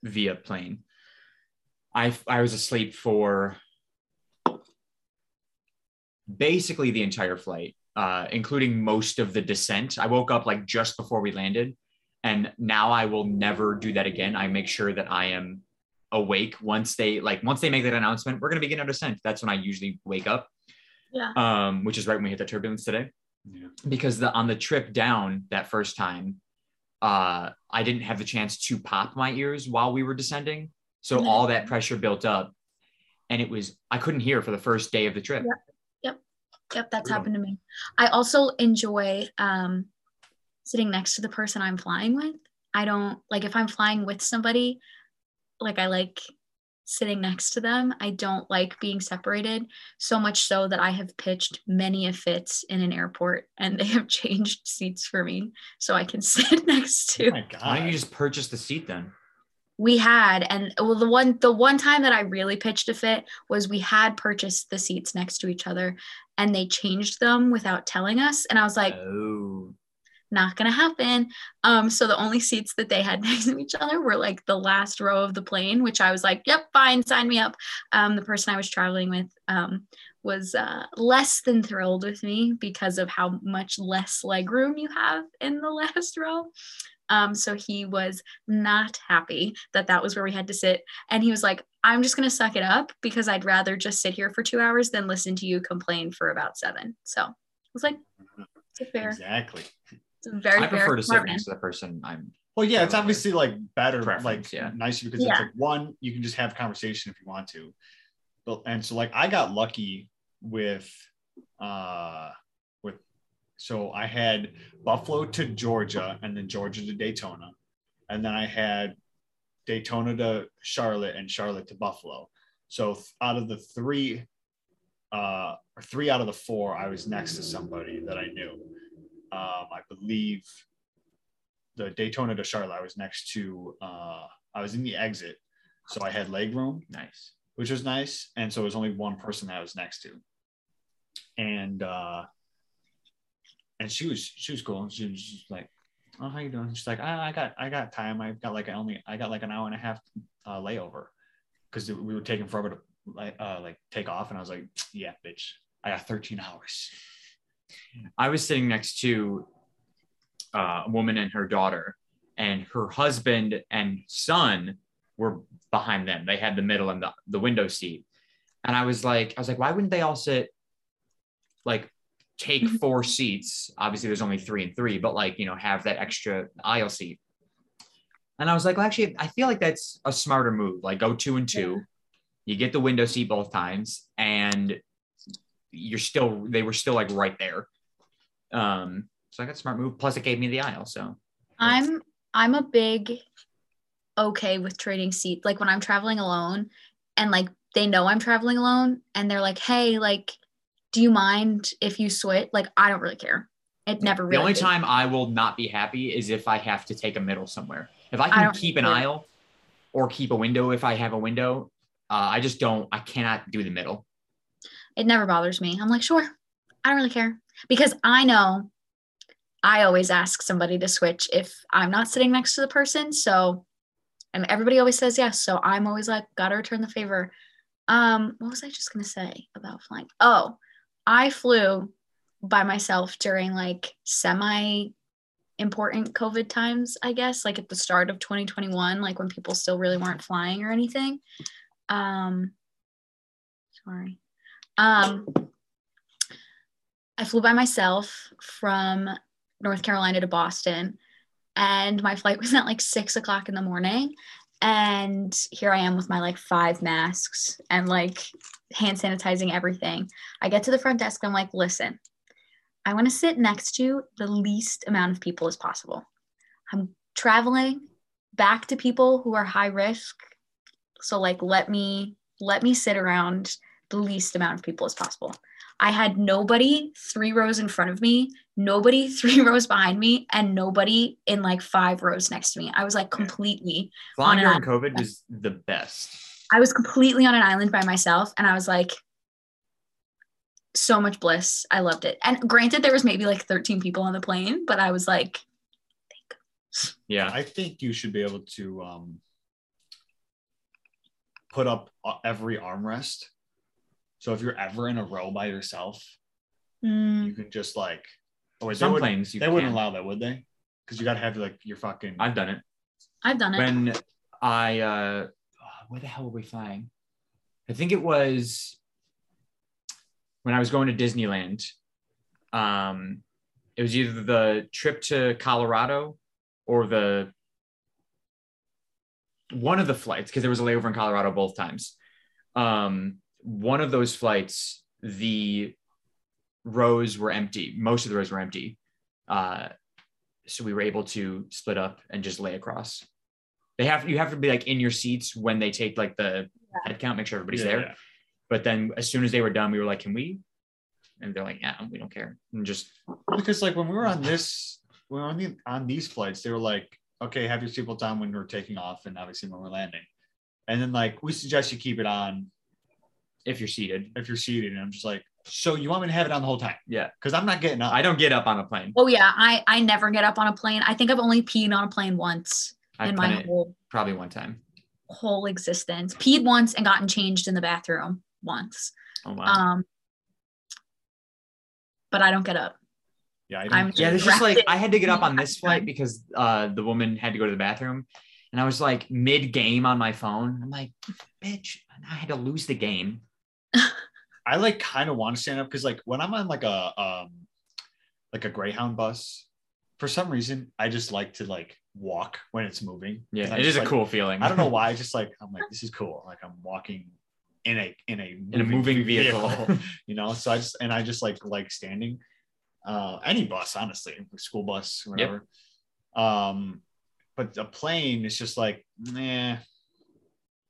[SPEAKER 1] via plane I I was asleep for basically the entire flight uh including most of the descent. I woke up like just before we landed and now I will never do that again. I make sure that I am awake once they like once they make that announcement we're going to begin our descent. That's when I usually wake up
[SPEAKER 3] Yeah.
[SPEAKER 1] um which is right when we hit the turbulence today
[SPEAKER 2] Yeah.
[SPEAKER 1] because the on the trip down that first time, uh, I didn't have the chance to pop my ears while we were descending. So
[SPEAKER 3] Mhm.
[SPEAKER 1] all that pressure built up, and it was I couldn't hear for the first day of the trip.
[SPEAKER 3] Yep, that's
[SPEAKER 2] Brutal.
[SPEAKER 3] happened to me. I also enjoy um, sitting next to the person I'm flying with. I don't like if I'm flying with somebody, like I like sitting next to them. I don't like being separated so much so that I have pitched many a fits in an airport and they have changed seats for me so I can sit next
[SPEAKER 2] Oh
[SPEAKER 3] to.
[SPEAKER 2] my
[SPEAKER 1] Why don't you
[SPEAKER 2] God.
[SPEAKER 1] just purchase the seat then?
[SPEAKER 3] we had and well the one the one time that i really pitched a fit was we had purchased the seats next to each other and they changed them without telling us and i was like
[SPEAKER 1] oh,
[SPEAKER 3] not gonna happen um so the only seats that they had next to each other were like the last row of the plane which i was like yep fine sign me up um the person i was traveling with um was uh, less than thrilled with me because of how much less leg room you have in the last row um, so he was not happy that that was where we had to sit. And he was like, I'm just going to suck it up because I'd rather just sit here for two hours than listen to you complain for about seven. So I was like, it's a fair,
[SPEAKER 2] Exactly.
[SPEAKER 3] it's a very,
[SPEAKER 1] I prefer
[SPEAKER 3] fair
[SPEAKER 1] to sit
[SPEAKER 3] compartment.
[SPEAKER 1] next to the person I'm.
[SPEAKER 2] Well, yeah, it's obviously like better,
[SPEAKER 1] Preference,
[SPEAKER 2] like
[SPEAKER 1] yeah.
[SPEAKER 2] nicer because it's
[SPEAKER 3] Yeah.
[SPEAKER 2] like one, you can just have a conversation if you want to. But and so like I got lucky with uh with so I had Buffalo to Georgia and then Georgia to Daytona. And then I had Daytona to Charlotte and Charlotte to Buffalo. So th- out of the three uh or three out of the four, I was next to somebody that I knew. Um, I believe the Daytona to Charlotte, I was next to uh I was in the exit. So I had leg room,
[SPEAKER 1] Nice.
[SPEAKER 2] which was nice. And so it was only one person that I was next to. And uh and she was she was cool. She was just like, Oh, how you doing? She's like, I, I got I got time. I've got like I only I got like an hour and a half uh layover because we were taking forever to like uh like take off. And I was like, Yeah, bitch, I got 13 hours.
[SPEAKER 1] I was sitting next to uh, a woman and her daughter, and her husband and son were behind them. They had the middle and the, the window seat. And I was like, I was like, why wouldn't they all sit like take
[SPEAKER 3] Mhm.
[SPEAKER 1] four seats? Obviously, there's only three and three, but like, you know, have that extra aisle seat. And I was like, well, actually, I feel like that's a smarter move. Like, go two and two. You get the window seat both times, and you're still, they were still like right there. Um, so I got a smart move. Plus, it gave me the aisle. So
[SPEAKER 3] I'm, I'm a big okay with trading seats. Like when I'm traveling alone and like they know I'm traveling alone and they're like, hey, like, do you mind if you switch? Like, I don't really care. It never really.
[SPEAKER 1] the only
[SPEAKER 3] did.
[SPEAKER 1] time I will not be happy is if I have to take a middle somewhere. If I
[SPEAKER 3] I
[SPEAKER 1] can
[SPEAKER 3] don't
[SPEAKER 1] keep an
[SPEAKER 3] either.
[SPEAKER 1] aisle or keep a window if I have a window, uh, I just don't. I cannot do the middle.
[SPEAKER 3] it never bothers me. I'm like, sure, I don't really care because I know I always ask somebody to switch if I'm not sitting next to the person. So, and everybody always says yes. So I'm always like, gotta return the favor. Um, what was I just gonna say about flying? Oh, I flew by myself during like semi important COVID times, I guess, like at the start of 2021, like when people still really weren't flying or anything. Um, sorry. Um, I flew by myself from North Carolina to Boston, and my flight was at like six o'clock in the morning. And here I am with my like five masks and like hand sanitizing everything. I get to the front desk. I'm like, listen, I want to sit next to the least amount of people as possible. I'm traveling back to people who are high risk. So like, let me let me sit around the least amount of people as possible. I had nobody three rows in front of me, nobody three rows behind me, and nobody in like five rows next to me. I was like completely
[SPEAKER 1] Flying
[SPEAKER 3] On
[SPEAKER 1] during
[SPEAKER 3] an
[SPEAKER 1] COVID was the best.
[SPEAKER 3] I was completely on an island by myself and I was like, so much bliss. I loved it. And granted, there was maybe like 13 people on the plane, but I was like,
[SPEAKER 1] Yeah,
[SPEAKER 2] I think you should be able to um, put up a- every armrest. So if you're ever in a row by yourself,
[SPEAKER 3] mm,
[SPEAKER 2] you can just like. Oh, wait, they
[SPEAKER 1] some
[SPEAKER 2] wouldn't,
[SPEAKER 1] planes you
[SPEAKER 2] they wouldn't
[SPEAKER 1] can.
[SPEAKER 2] allow that, would they? Because you got to have like your fucking.
[SPEAKER 1] I've done it
[SPEAKER 3] I've done it.
[SPEAKER 1] when I uh, oh, where the hell were we flying? I think it was when I was going to Disneyland. Um, it was either the trip to Colorado or the one of the flights because there was a layover in Colorado both times. Um, one of those flights, the rows were empty. Most of the rows were empty, uh, so we were able to split up and just lay across. They have you have to be like in your seats when they take like the head count, make sure everybody's
[SPEAKER 2] Yeah,
[SPEAKER 1] there.
[SPEAKER 2] yeah.
[SPEAKER 1] But then as soon as they were done, we were like, "Can we?" And they're like, "Yeah, we don't care." And just
[SPEAKER 2] Because like when we were on this, when we were on, the, on these flights, they were like, okay, have your seatbelt on when we're taking off and obviously when we're landing. And then like we suggest you keep it on
[SPEAKER 1] if you're seated.
[SPEAKER 2] if you're seated. And I'm just like, so you want me to have it on the whole time?
[SPEAKER 1] Yeah.
[SPEAKER 2] Because I'm not getting up.
[SPEAKER 1] I don't get up on a plane.
[SPEAKER 3] Oh yeah, I I never get up on a plane. I think I've only peed on a plane once
[SPEAKER 1] I've
[SPEAKER 3] in
[SPEAKER 1] done
[SPEAKER 3] my
[SPEAKER 1] it
[SPEAKER 3] whole
[SPEAKER 1] probably one time.
[SPEAKER 3] whole existence. Peed once and gotten changed in the bathroom once.
[SPEAKER 1] Oh wow.
[SPEAKER 3] Um, but I don't get up.
[SPEAKER 2] yeah, I
[SPEAKER 3] I'm-
[SPEAKER 2] don't.
[SPEAKER 1] Yeah, it's just
[SPEAKER 3] Rapid
[SPEAKER 1] like I had to get up on this flight
[SPEAKER 3] time.
[SPEAKER 1] because uh, the woman had to go to the bathroom, and I was like mid game on my phone. I'm like, bitch, and I had to lose the game.
[SPEAKER 2] I like kind of want to stand up because like when I'm on like a um like a Greyhound bus, for some reason I just like to like walk when it's moving.
[SPEAKER 1] Yeah, it
[SPEAKER 2] I'm
[SPEAKER 1] is
[SPEAKER 2] just,
[SPEAKER 1] a
[SPEAKER 2] like-
[SPEAKER 1] cool feeling.
[SPEAKER 2] I don't know why. I just like I'm like this is cool. Like I'm walking in a in a moving,
[SPEAKER 1] in a moving vehicle.
[SPEAKER 2] you know. So I just and I just like like standing. Uh, any bus, honestly, school bus, whatever. Um, but a plane is just like, nah. I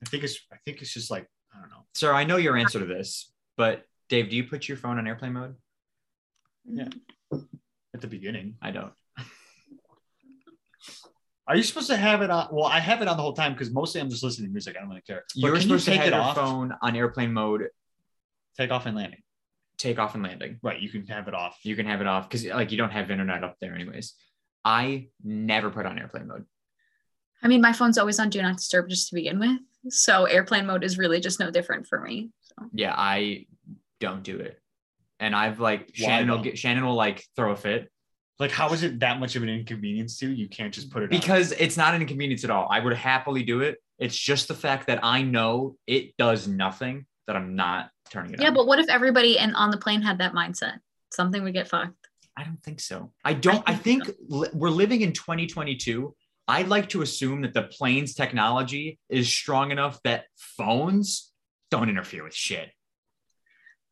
[SPEAKER 2] think it's I think it's just like I don't know.
[SPEAKER 1] Sir, I know your answer to this, but Dave, do you put your phone on airplane mode?
[SPEAKER 2] Yeah. At the beginning,
[SPEAKER 1] I don't.
[SPEAKER 2] Are you supposed to have it on? Well, I have it on the whole time because mostly I'm just listening to music. I don't really care. But
[SPEAKER 1] You're
[SPEAKER 2] can
[SPEAKER 1] supposed
[SPEAKER 2] you
[SPEAKER 1] to
[SPEAKER 2] take
[SPEAKER 1] have
[SPEAKER 2] it
[SPEAKER 1] your
[SPEAKER 2] off,
[SPEAKER 1] phone on airplane mode,
[SPEAKER 2] take off and landing.
[SPEAKER 1] take off and landing.
[SPEAKER 2] Right, you can have it off.
[SPEAKER 1] You can have it off because like you don't have internet up there anyways. I never put on airplane mode.
[SPEAKER 3] I mean, my phone's always on do not disturb just to begin with. So airplane mode is really just no different for me.
[SPEAKER 1] yeah, I don't do it. And I've like
[SPEAKER 2] Why
[SPEAKER 1] Shannon will
[SPEAKER 2] not?
[SPEAKER 1] get Shannon will like throw a fit
[SPEAKER 2] like, how is it that much of an inconvenience to you? You can't just put it on.
[SPEAKER 1] because it's not an inconvenience at all. I would happily do it. It's just the fact that I know it does nothing that I'm not turning it
[SPEAKER 3] Yeah,
[SPEAKER 1] on.
[SPEAKER 3] but what if everybody and on the plane had that mindset? Something would get fucked.
[SPEAKER 1] I don't think so. I don't. I think,
[SPEAKER 3] think
[SPEAKER 1] li- we're living in 2022. I'd like to assume that the plane's technology is strong enough that phones don't interfere with shit.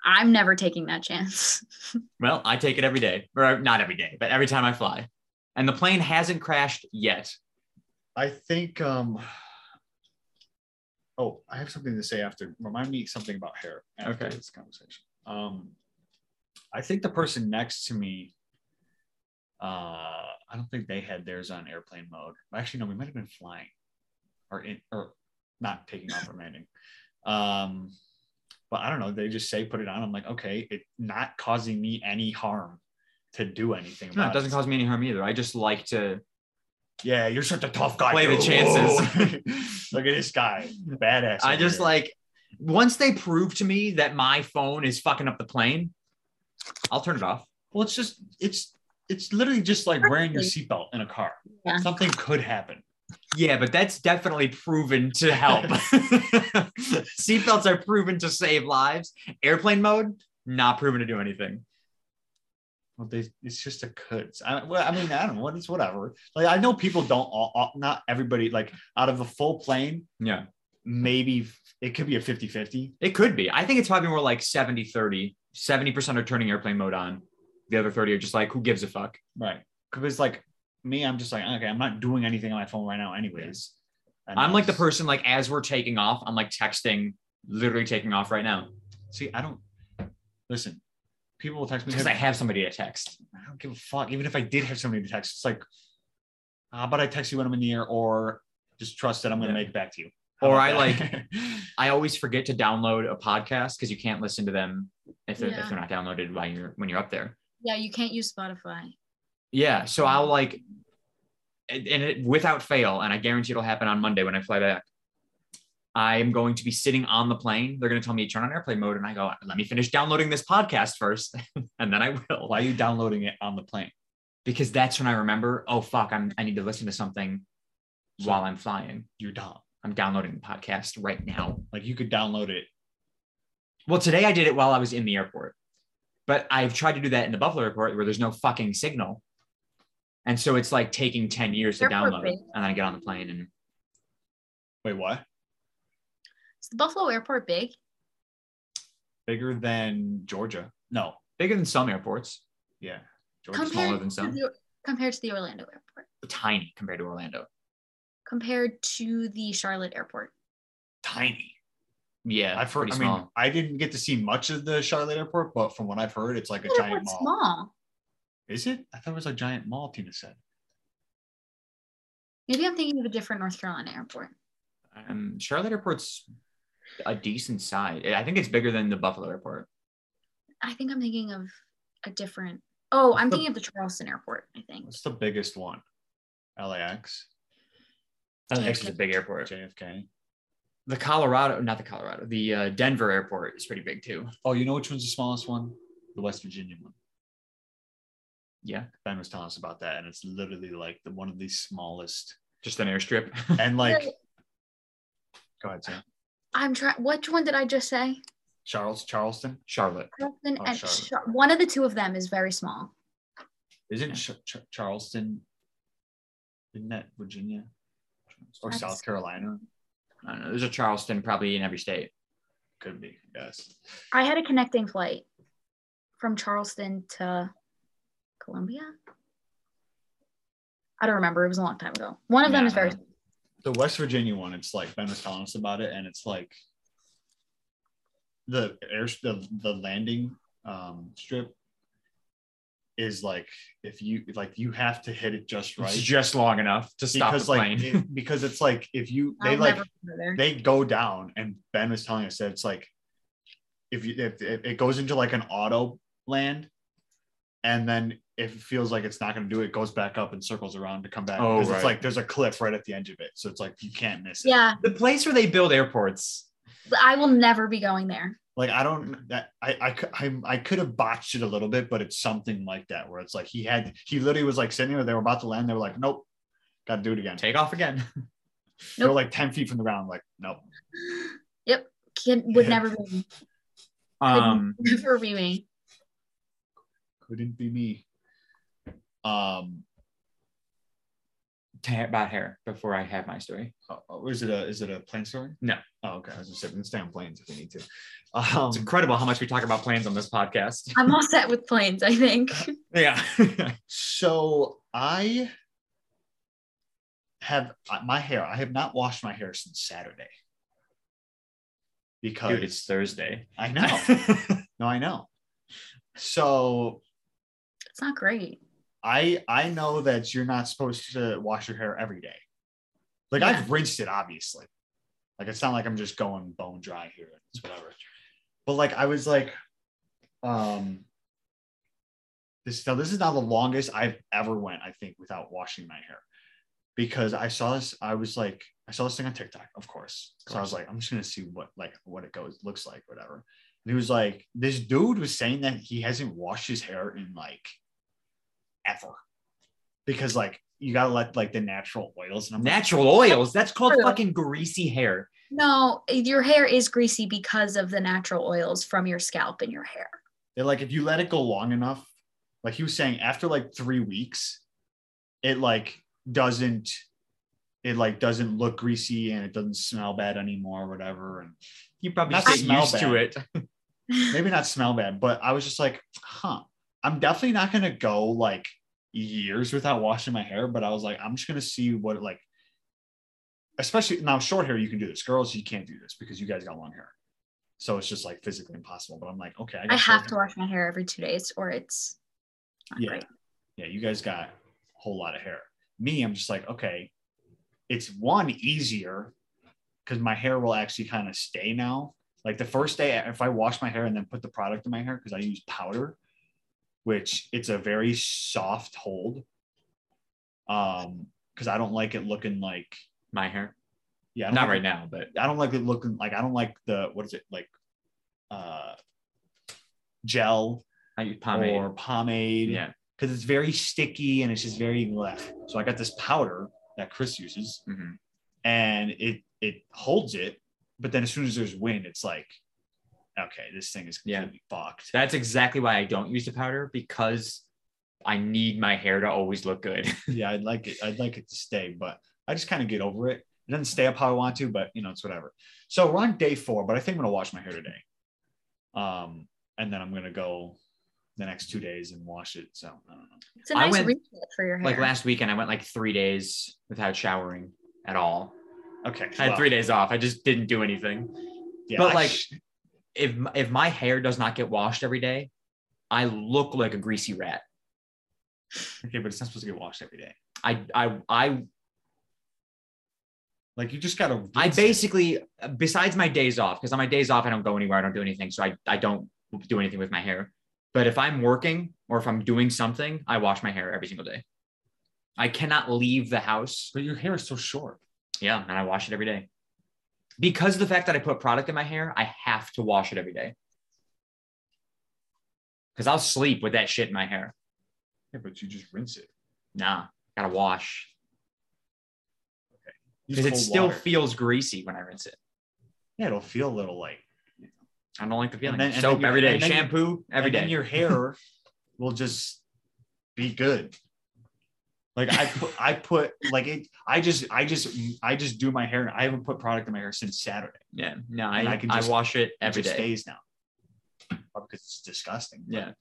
[SPEAKER 3] I'm never taking that chance.
[SPEAKER 1] Well, I take it every day, or not every day, but every time I fly. And the plane hasn't crashed yet.
[SPEAKER 2] I think. um Oh, I have something to say after. Remind me something about hair after
[SPEAKER 1] Okay.
[SPEAKER 2] this conversation. Um, I think the person next to me. Uh, I don't think they had theirs on airplane mode. Actually, no, we might have been flying, or in, or not taking off or landing. Um, but I don't know. They just say put it on. I'm like, okay, it not causing me any harm to do anything.
[SPEAKER 1] No,
[SPEAKER 2] about
[SPEAKER 1] it doesn't cause me any harm either. I just like to.
[SPEAKER 2] yeah, you're such a tough guy.
[SPEAKER 1] Play the
[SPEAKER 2] dude.
[SPEAKER 1] chances.
[SPEAKER 2] Look at this guy, badass.
[SPEAKER 1] I
[SPEAKER 2] over
[SPEAKER 1] just
[SPEAKER 2] here.
[SPEAKER 1] like once they prove to me that my phone is fucking up the plane, I'll turn it off.
[SPEAKER 2] Well, it's just it's it's literally just like wearing your seatbelt in a car.
[SPEAKER 3] Yeah.
[SPEAKER 2] Something could happen.
[SPEAKER 1] Yeah, but that's definitely proven to help. Seatbelts are proven to save lives. Airplane mode, not proven to do anything.
[SPEAKER 2] Well, they, it's just a could. I, well, I mean, I don't know. It's whatever. Like I know people don't all, all not everybody like out of a full plane.
[SPEAKER 1] Yeah,
[SPEAKER 2] Maybe it could be a 50 50.
[SPEAKER 1] it could be. I think it's probably more like 70 30. 70% are turning airplane mode on. The other 30 are just like, who gives a fuck?
[SPEAKER 2] Right. Because like me, I'm just like okay, I'm not doing anything on my phone right now, anyways. And
[SPEAKER 1] I'm like the
[SPEAKER 2] that's-
[SPEAKER 1] person, like, as we're taking off, I'm like texting, literally taking off right now
[SPEAKER 2] See, I don't listen. People will text me
[SPEAKER 1] because I have somebody to text.
[SPEAKER 2] I don't give a fuck. Even if I did have somebody to text, it's like, how about I text you when I'm in the air, or just trust that I'm going to
[SPEAKER 1] Yeah.
[SPEAKER 2] make it back to you.
[SPEAKER 1] Or
[SPEAKER 2] about
[SPEAKER 1] I,
[SPEAKER 2] that?
[SPEAKER 1] I always forget to download a podcast because you can't listen to them if they're, if
[SPEAKER 3] Yeah.
[SPEAKER 1] they're not downloaded while you're, when you're up there.
[SPEAKER 3] Yeah, you can't use Spotify.
[SPEAKER 1] Yeah. So I'll like, and and it without fail, and I guarantee it'll happen on Monday when I fly back. I am going to be sitting on the plane. They're going to tell me turn on airplane mode, and I go, "Let me finish downloading this podcast first, and then I will."
[SPEAKER 2] why are you downloading it on the plane?
[SPEAKER 1] Because that's when I remember. Oh fuck! I'm I need to listen to something while I'm flying.
[SPEAKER 2] You're dumb.
[SPEAKER 1] I'm downloading the podcast right now.
[SPEAKER 2] Like you could download it.
[SPEAKER 1] Well, today I did it while I was in the airport, but I've tried to do that in the Buffalo airport where there's no fucking signal, and so it's like taking ten years to
[SPEAKER 3] Airport
[SPEAKER 1] download,
[SPEAKER 3] base.
[SPEAKER 1] it, and then I get on the plane and
[SPEAKER 2] Wait, what?
[SPEAKER 3] Is the Buffalo airport big?
[SPEAKER 2] Bigger than Georgia? No.
[SPEAKER 1] bigger than some airports,
[SPEAKER 2] Yeah. Georgia.
[SPEAKER 1] Compare- smaller
[SPEAKER 3] Compared
[SPEAKER 1] than
[SPEAKER 3] to,
[SPEAKER 1] some.
[SPEAKER 3] the, compared to the Orlando airport.
[SPEAKER 1] tiny compared to Orlando.
[SPEAKER 3] Compared to the Charlotte airport.
[SPEAKER 2] tiny.
[SPEAKER 1] Yeah,
[SPEAKER 2] I've heard. I
[SPEAKER 1] pretty
[SPEAKER 2] mean,
[SPEAKER 1] small.
[SPEAKER 2] I didn't get to see much of the Charlotte airport, but from what I've heard, it's like a
[SPEAKER 3] Charlotte
[SPEAKER 2] giant
[SPEAKER 3] airport's
[SPEAKER 2] mall.
[SPEAKER 3] small.
[SPEAKER 2] Is it? I thought it was a giant mall. Tina said.
[SPEAKER 3] Maybe I'm thinking of a different North Carolina airport.
[SPEAKER 1] Um, Charlotte Airport's a decent size. I think it's bigger than the Buffalo Airport.
[SPEAKER 3] I think I'm thinking of a different. Oh, I'm
[SPEAKER 2] The-
[SPEAKER 3] thinking of the Charleston airport. I think.
[SPEAKER 2] What's the biggest one? LAX,
[SPEAKER 1] LAX is a big airport.
[SPEAKER 2] JFK.
[SPEAKER 1] The Colorado, not the Colorado, the uh, Denver airport is pretty big too.
[SPEAKER 2] Oh, you know which one's the smallest one? The West Virginia one.
[SPEAKER 1] Yeah,
[SPEAKER 2] Ben was telling us about that, and it's literally like the one of the smallest.
[SPEAKER 1] just an airstrip.
[SPEAKER 2] And like,
[SPEAKER 3] Really?
[SPEAKER 2] go ahead, Sam.
[SPEAKER 3] I'm trying. Which one did I just say?
[SPEAKER 2] Charles Charleston
[SPEAKER 1] Charlotte.
[SPEAKER 3] Charleston
[SPEAKER 2] Oh,
[SPEAKER 3] and
[SPEAKER 2] Charlotte.
[SPEAKER 3] Char- one of the two of them is very small.
[SPEAKER 2] isn't Ch- Ch- Charleston? Isn't that Virginia or
[SPEAKER 3] That's-
[SPEAKER 2] South Carolina?
[SPEAKER 1] I don't know. There's a Charleston probably in every state.
[SPEAKER 2] Could be. Yes.
[SPEAKER 3] I had a connecting flight from Charleston to Columbia. I don't remember. It was a long time ago. One of them
[SPEAKER 2] Yeah,
[SPEAKER 3] is very.
[SPEAKER 2] I don't know. the West Virginia one. It's like Ben was telling us about it, and it's like the air the the landing um, strip is like if you like you have to hit it just right
[SPEAKER 1] It's just long enough to stop
[SPEAKER 2] because
[SPEAKER 1] the
[SPEAKER 2] like
[SPEAKER 1] plane.
[SPEAKER 2] it- because it's like if you they
[SPEAKER 3] I'll
[SPEAKER 2] like
[SPEAKER 3] never go there.
[SPEAKER 2] they go down and ben was telling us that it's like if you if, if it goes into like an auto land and then if it feels like it's not going to do it, it goes back up and circles around to come back
[SPEAKER 1] Oh,
[SPEAKER 2] 'Cause
[SPEAKER 1] right.
[SPEAKER 2] it's like there's a cliff right at the edge of it so it's like you can't miss it
[SPEAKER 3] yeah,
[SPEAKER 1] the place where they build airports.
[SPEAKER 3] but I will never be going there.
[SPEAKER 2] like i don't that i i, cou- I, I could have botched it a little bit but it's something like that where it's like he had he literally was like sitting there they were about to land they were like nope gotta do it again
[SPEAKER 1] Take off again.
[SPEAKER 2] they were
[SPEAKER 3] Nope.
[SPEAKER 2] like 10 feet from the ground like nope
[SPEAKER 3] Yep, kid would never be me.
[SPEAKER 1] Um,
[SPEAKER 3] never be me.
[SPEAKER 2] couldn't be me um
[SPEAKER 1] ta- about hair before I have my story.
[SPEAKER 2] Oh, oh, is it a is it a plane story?
[SPEAKER 1] No.
[SPEAKER 2] Oh, okay. I was just saying, we can stay on planes if we need to. Um,
[SPEAKER 1] It's incredible how much we talk about planes on this podcast.
[SPEAKER 3] I'm all set with planes. I think.
[SPEAKER 1] Yeah.
[SPEAKER 2] so I have uh, my hair. I have not washed my hair since Saturday because
[SPEAKER 1] Dude, it's Thursday.
[SPEAKER 2] I know. no, I know. So
[SPEAKER 3] It's not great.
[SPEAKER 2] I I know that you're not supposed to wash your hair every day. Like I've rinsed it, obviously. Like it's not like I'm just going bone dry here. It's whatever. But like I was like, um, this now this is now the longest I've ever went. I think without washing my hair because I saw this. I was like, I saw this thing on TikTok, of course. So I was like, I'm just gonna see what like what it goes looks like, whatever. And he was like, this dude was saying that he hasn't washed his hair in like ever because like you gotta let like the natural oils and I'm like,
[SPEAKER 1] Natural oils. That's called
[SPEAKER 3] True.
[SPEAKER 1] fucking greasy hair.
[SPEAKER 3] No, eh, your hair is greasy because of the natural oils from your scalp and your hair.
[SPEAKER 2] They're like if you let it go long enough, like he was saying, after like three weeks, it like doesn't, it like doesn't look greasy and it doesn't smell bad anymore, or whatever. And
[SPEAKER 1] You probably
[SPEAKER 2] Not
[SPEAKER 1] just get
[SPEAKER 2] smell
[SPEAKER 1] used to
[SPEAKER 2] bad.
[SPEAKER 1] it.
[SPEAKER 2] maybe not smell bad, but I was just like, huh, I'm definitely not gonna go like years without washing my hair. But I was like, I'm just gonna see what like, especially now short hair, you can do this. Girls, you can't do this because you guys got long hair, so it's just like physically impossible. But I'm like, okay,
[SPEAKER 3] I
[SPEAKER 2] got short
[SPEAKER 3] have
[SPEAKER 2] hair.
[SPEAKER 3] to wash my hair every two days, or it's not
[SPEAKER 2] Yeah.
[SPEAKER 3] great.
[SPEAKER 2] yeah, you guys got a whole lot of hair. Me, I'm just like, okay, it's one easier because my hair will actually kind of stay now. Like the first day, if I wash my hair and then put the product in my hair, because I use powder, which it's a very soft hold. Um, because I don't like it looking like
[SPEAKER 1] My hair.
[SPEAKER 2] yeah, I don't
[SPEAKER 1] Not
[SPEAKER 2] like
[SPEAKER 1] right now, but
[SPEAKER 2] I don't like it looking like I don't like the what is it like uh gel
[SPEAKER 1] I use pomade.
[SPEAKER 2] or pomade
[SPEAKER 1] yeah.
[SPEAKER 2] because it's very sticky and it's just very left. So I got this powder that Chris uses,
[SPEAKER 1] hmm
[SPEAKER 2] and it it holds it, but then as soon as there's wind, it's like, okay, this thing is
[SPEAKER 1] Yeah.
[SPEAKER 2] completely fucked.
[SPEAKER 1] That's exactly why I don't use the powder because I need my hair to always look good.
[SPEAKER 2] yeah, I'd like it. I'd like it to stay, but I just kind of get over it. It doesn't stay up how I want to, but you know, it's whatever. So we're on day four, but I think I'm gonna wash my hair today. Um, and then I'm gonna go the next two days and wash it. So I don't know.
[SPEAKER 3] It's a
[SPEAKER 1] I
[SPEAKER 3] nice
[SPEAKER 1] went-
[SPEAKER 3] reset for your hair.
[SPEAKER 1] like last weekend, I went like three days without showering at all.
[SPEAKER 2] Okay,
[SPEAKER 1] I had
[SPEAKER 2] well,
[SPEAKER 1] three days off. I just didn't do anything.
[SPEAKER 2] yeah,
[SPEAKER 1] but
[SPEAKER 2] I
[SPEAKER 1] like-
[SPEAKER 2] sh-
[SPEAKER 1] If if my hair does not get washed every day, I look like a greasy rat.
[SPEAKER 2] okay, but it's not supposed to get washed every day.
[SPEAKER 1] I I I
[SPEAKER 2] Like you just gotta.
[SPEAKER 1] I
[SPEAKER 2] rinse it.
[SPEAKER 1] basically, besides my days off, because on my days off, I don't go anywhere, I don't do anything. So I, I don't do anything with my hair. But if I'm working or if I'm doing something, I wash my hair every single day. I cannot leave the house.
[SPEAKER 2] But your hair is so short.
[SPEAKER 1] Yeah. And I wash it every day. Because of the fact that I put product in my hair, I have to wash it every day. Because I'll sleep with that shit in my hair.
[SPEAKER 2] Yeah, but you just rinse it.
[SPEAKER 1] Nah, gotta wash.
[SPEAKER 2] Use
[SPEAKER 1] Because it
[SPEAKER 2] cold
[SPEAKER 1] still
[SPEAKER 2] water.
[SPEAKER 1] feels greasy when I rinse it.
[SPEAKER 2] yeah, it'll feel a little like
[SPEAKER 1] I don't like the feeling.
[SPEAKER 2] then- and then
[SPEAKER 1] Soap
[SPEAKER 2] your-
[SPEAKER 1] every day,
[SPEAKER 2] and then your-
[SPEAKER 1] shampoo every
[SPEAKER 2] and
[SPEAKER 1] day.
[SPEAKER 2] Then your hair will just be good. Like I put, I put like it. I just, I just, I just do my hair. I haven't put product in my hair since Saturday.
[SPEAKER 1] yeah, no,
[SPEAKER 2] and
[SPEAKER 1] I,
[SPEAKER 2] I can
[SPEAKER 1] I
[SPEAKER 2] just-
[SPEAKER 1] wash it
[SPEAKER 2] It
[SPEAKER 1] every
[SPEAKER 2] just
[SPEAKER 1] day.
[SPEAKER 2] stays now. Probably because it's disgusting. but-
[SPEAKER 1] Yeah.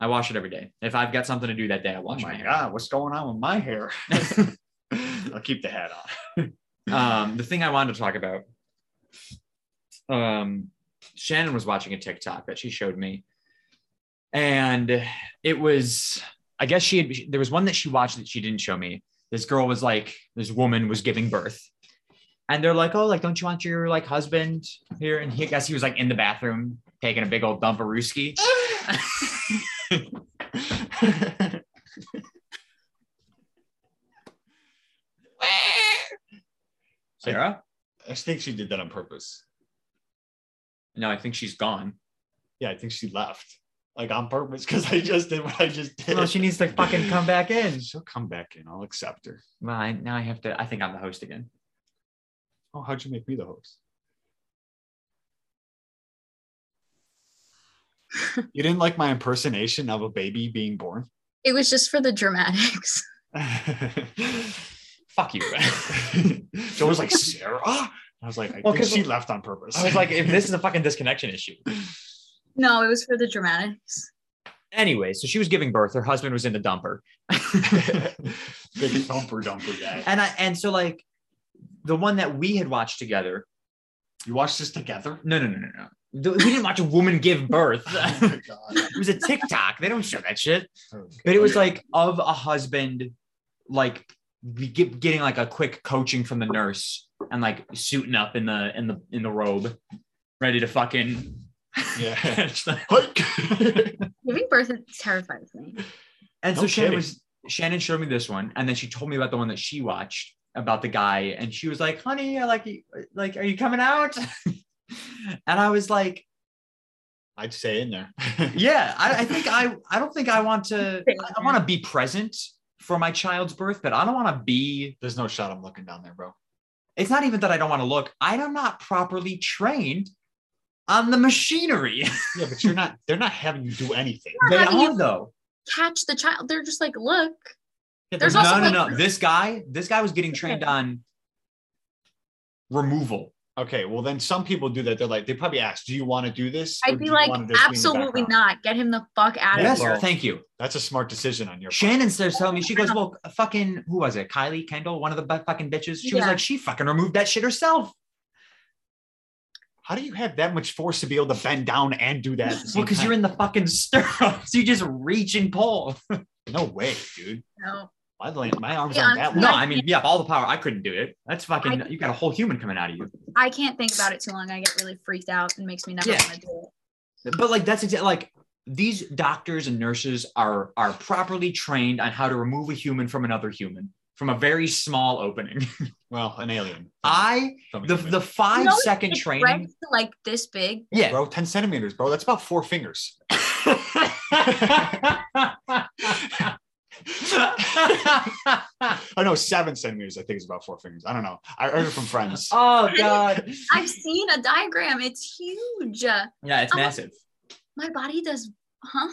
[SPEAKER 1] I wash it every day. If I've got something to do that day, I
[SPEAKER 2] Oh
[SPEAKER 1] wash my,
[SPEAKER 2] my
[SPEAKER 1] hair.
[SPEAKER 2] god, what's going on with my hair? I'll keep the hat on.
[SPEAKER 1] Um, the thing I wanted to talk about. Um, Shannon was watching a TikTok that she showed me, and it was I guess she had there was one that she watched that she didn't show me. This girl was like this woman was giving birth, and they're like, oh, like don't you want your like husband here? And he I guess he was like in the bathroom taking a big old dump of Rooski. Sarah?
[SPEAKER 2] I think she did that on purpose.
[SPEAKER 1] No, I think she's gone.
[SPEAKER 2] Yeah, I think she left like on purpose because I just did what I just did.
[SPEAKER 1] Well, she needs to fucking come back in.
[SPEAKER 2] She'll come back in. I'll accept her.
[SPEAKER 1] Well, I, now I have to. I think I'm the host again.
[SPEAKER 2] Oh, how'd you make me the host? you didn't like my impersonation of a baby being born?
[SPEAKER 3] It was just for the dramatics.
[SPEAKER 1] Fuck you.
[SPEAKER 2] Joe was like, Sarah? I was like, I
[SPEAKER 1] Well,
[SPEAKER 2] think
[SPEAKER 1] 'cause-
[SPEAKER 2] she left on purpose.
[SPEAKER 1] I was like, if this is a fucking disconnection issue.
[SPEAKER 3] No, it was for the dramatics.
[SPEAKER 1] Anyway, so she was giving birth. Her husband was in the dumper,
[SPEAKER 2] big dumper dumper guy.
[SPEAKER 1] and I and so like the one that we had watched together.
[SPEAKER 2] You watched this together?
[SPEAKER 1] No, no, no, no, no. The- We didn't watch a woman give birth.
[SPEAKER 2] Oh
[SPEAKER 1] it
[SPEAKER 2] my God. Oh,
[SPEAKER 1] was a TikTok. They don't show that shit. But it was like of a husband, like we get, getting like a quick coaching from the nurse and like suiting up in the in the in the robe, ready to fucking
[SPEAKER 2] yeah.
[SPEAKER 1] catch the
[SPEAKER 3] Giving birth it terrifies me.
[SPEAKER 1] And so
[SPEAKER 2] No
[SPEAKER 1] Shannon
[SPEAKER 2] kidding.
[SPEAKER 1] was Shannon showed me this one, and then she told me about the one that she watched about the guy, and she was like, "Honey, I like you. Like, are you coming out?" and I was like,
[SPEAKER 2] I'd stay in there.
[SPEAKER 1] "Yeah, I, I think I. I don't think I want to. I- I want to be present for my child's birth, but I don't want to be.
[SPEAKER 2] There's no shot I'm looking down there, bro.
[SPEAKER 1] It's not even that I don't want to look. I am not properly trained." On the machinery,
[SPEAKER 2] Yeah, but you're not, they're not having you do anything.
[SPEAKER 1] they
[SPEAKER 3] having you-
[SPEAKER 1] are though.
[SPEAKER 3] Catch the child. They're just like, look.
[SPEAKER 2] Yeah,
[SPEAKER 3] There's
[SPEAKER 2] they're
[SPEAKER 3] also,
[SPEAKER 1] no, no,
[SPEAKER 3] like-
[SPEAKER 1] no. This guy, this guy was getting trained on removal.
[SPEAKER 2] Okay, well then some people do that. They're like, they probably ask, "Do you want to do this?" or
[SPEAKER 3] I'd
[SPEAKER 2] do
[SPEAKER 3] be
[SPEAKER 2] you
[SPEAKER 3] like,
[SPEAKER 2] wanna just be in the
[SPEAKER 3] absolutely
[SPEAKER 2] background?"
[SPEAKER 3] not. Get him the fuck out
[SPEAKER 1] Yes,
[SPEAKER 3] of here.
[SPEAKER 1] thank you.
[SPEAKER 2] That's a smart decision on your
[SPEAKER 1] Shannon starts telling me, she goes, Well, fucking, who was it? Kylie Kendall, one of the bu- fucking bitches. She was
[SPEAKER 3] Yeah.
[SPEAKER 1] like, She fucking removed that shit herself.
[SPEAKER 2] part. How do you have that much force to be able to bend down and do that?
[SPEAKER 1] Well, because you're in the fucking stirrups. You just reach and pull.
[SPEAKER 2] no way, dude.
[SPEAKER 3] No.
[SPEAKER 2] My, leg- my arms
[SPEAKER 3] Yeah,
[SPEAKER 2] aren't
[SPEAKER 3] I'm
[SPEAKER 2] that
[SPEAKER 1] No,
[SPEAKER 2] long.
[SPEAKER 1] I mean, yeah, all the power. I couldn't do it. That's fucking,
[SPEAKER 3] I-
[SPEAKER 1] you got a whole human coming out of you.
[SPEAKER 3] I can't think about it too long. I get really freaked out and makes me never
[SPEAKER 1] Yeah.
[SPEAKER 3] want to do it.
[SPEAKER 1] But like, that's exactly like, these doctors and nurses are are properly trained on how to remove a human from another human from a very small opening.
[SPEAKER 2] Well, an alien.
[SPEAKER 1] I
[SPEAKER 2] From a
[SPEAKER 1] the
[SPEAKER 2] human.
[SPEAKER 1] the five
[SPEAKER 3] No,
[SPEAKER 1] second
[SPEAKER 3] it's just
[SPEAKER 1] training.
[SPEAKER 3] breasts, like this big.
[SPEAKER 1] Yeah,
[SPEAKER 2] bro, ten centimeters, bro. That's about four fingers. Oh no, seven centimeters. I think is about four fingers. I don't know. I heard it from friends.
[SPEAKER 1] oh god.
[SPEAKER 3] I've seen a diagram. It's huge.
[SPEAKER 1] Yeah, it's
[SPEAKER 3] I'm like-
[SPEAKER 1] massive.
[SPEAKER 3] My body does, huh?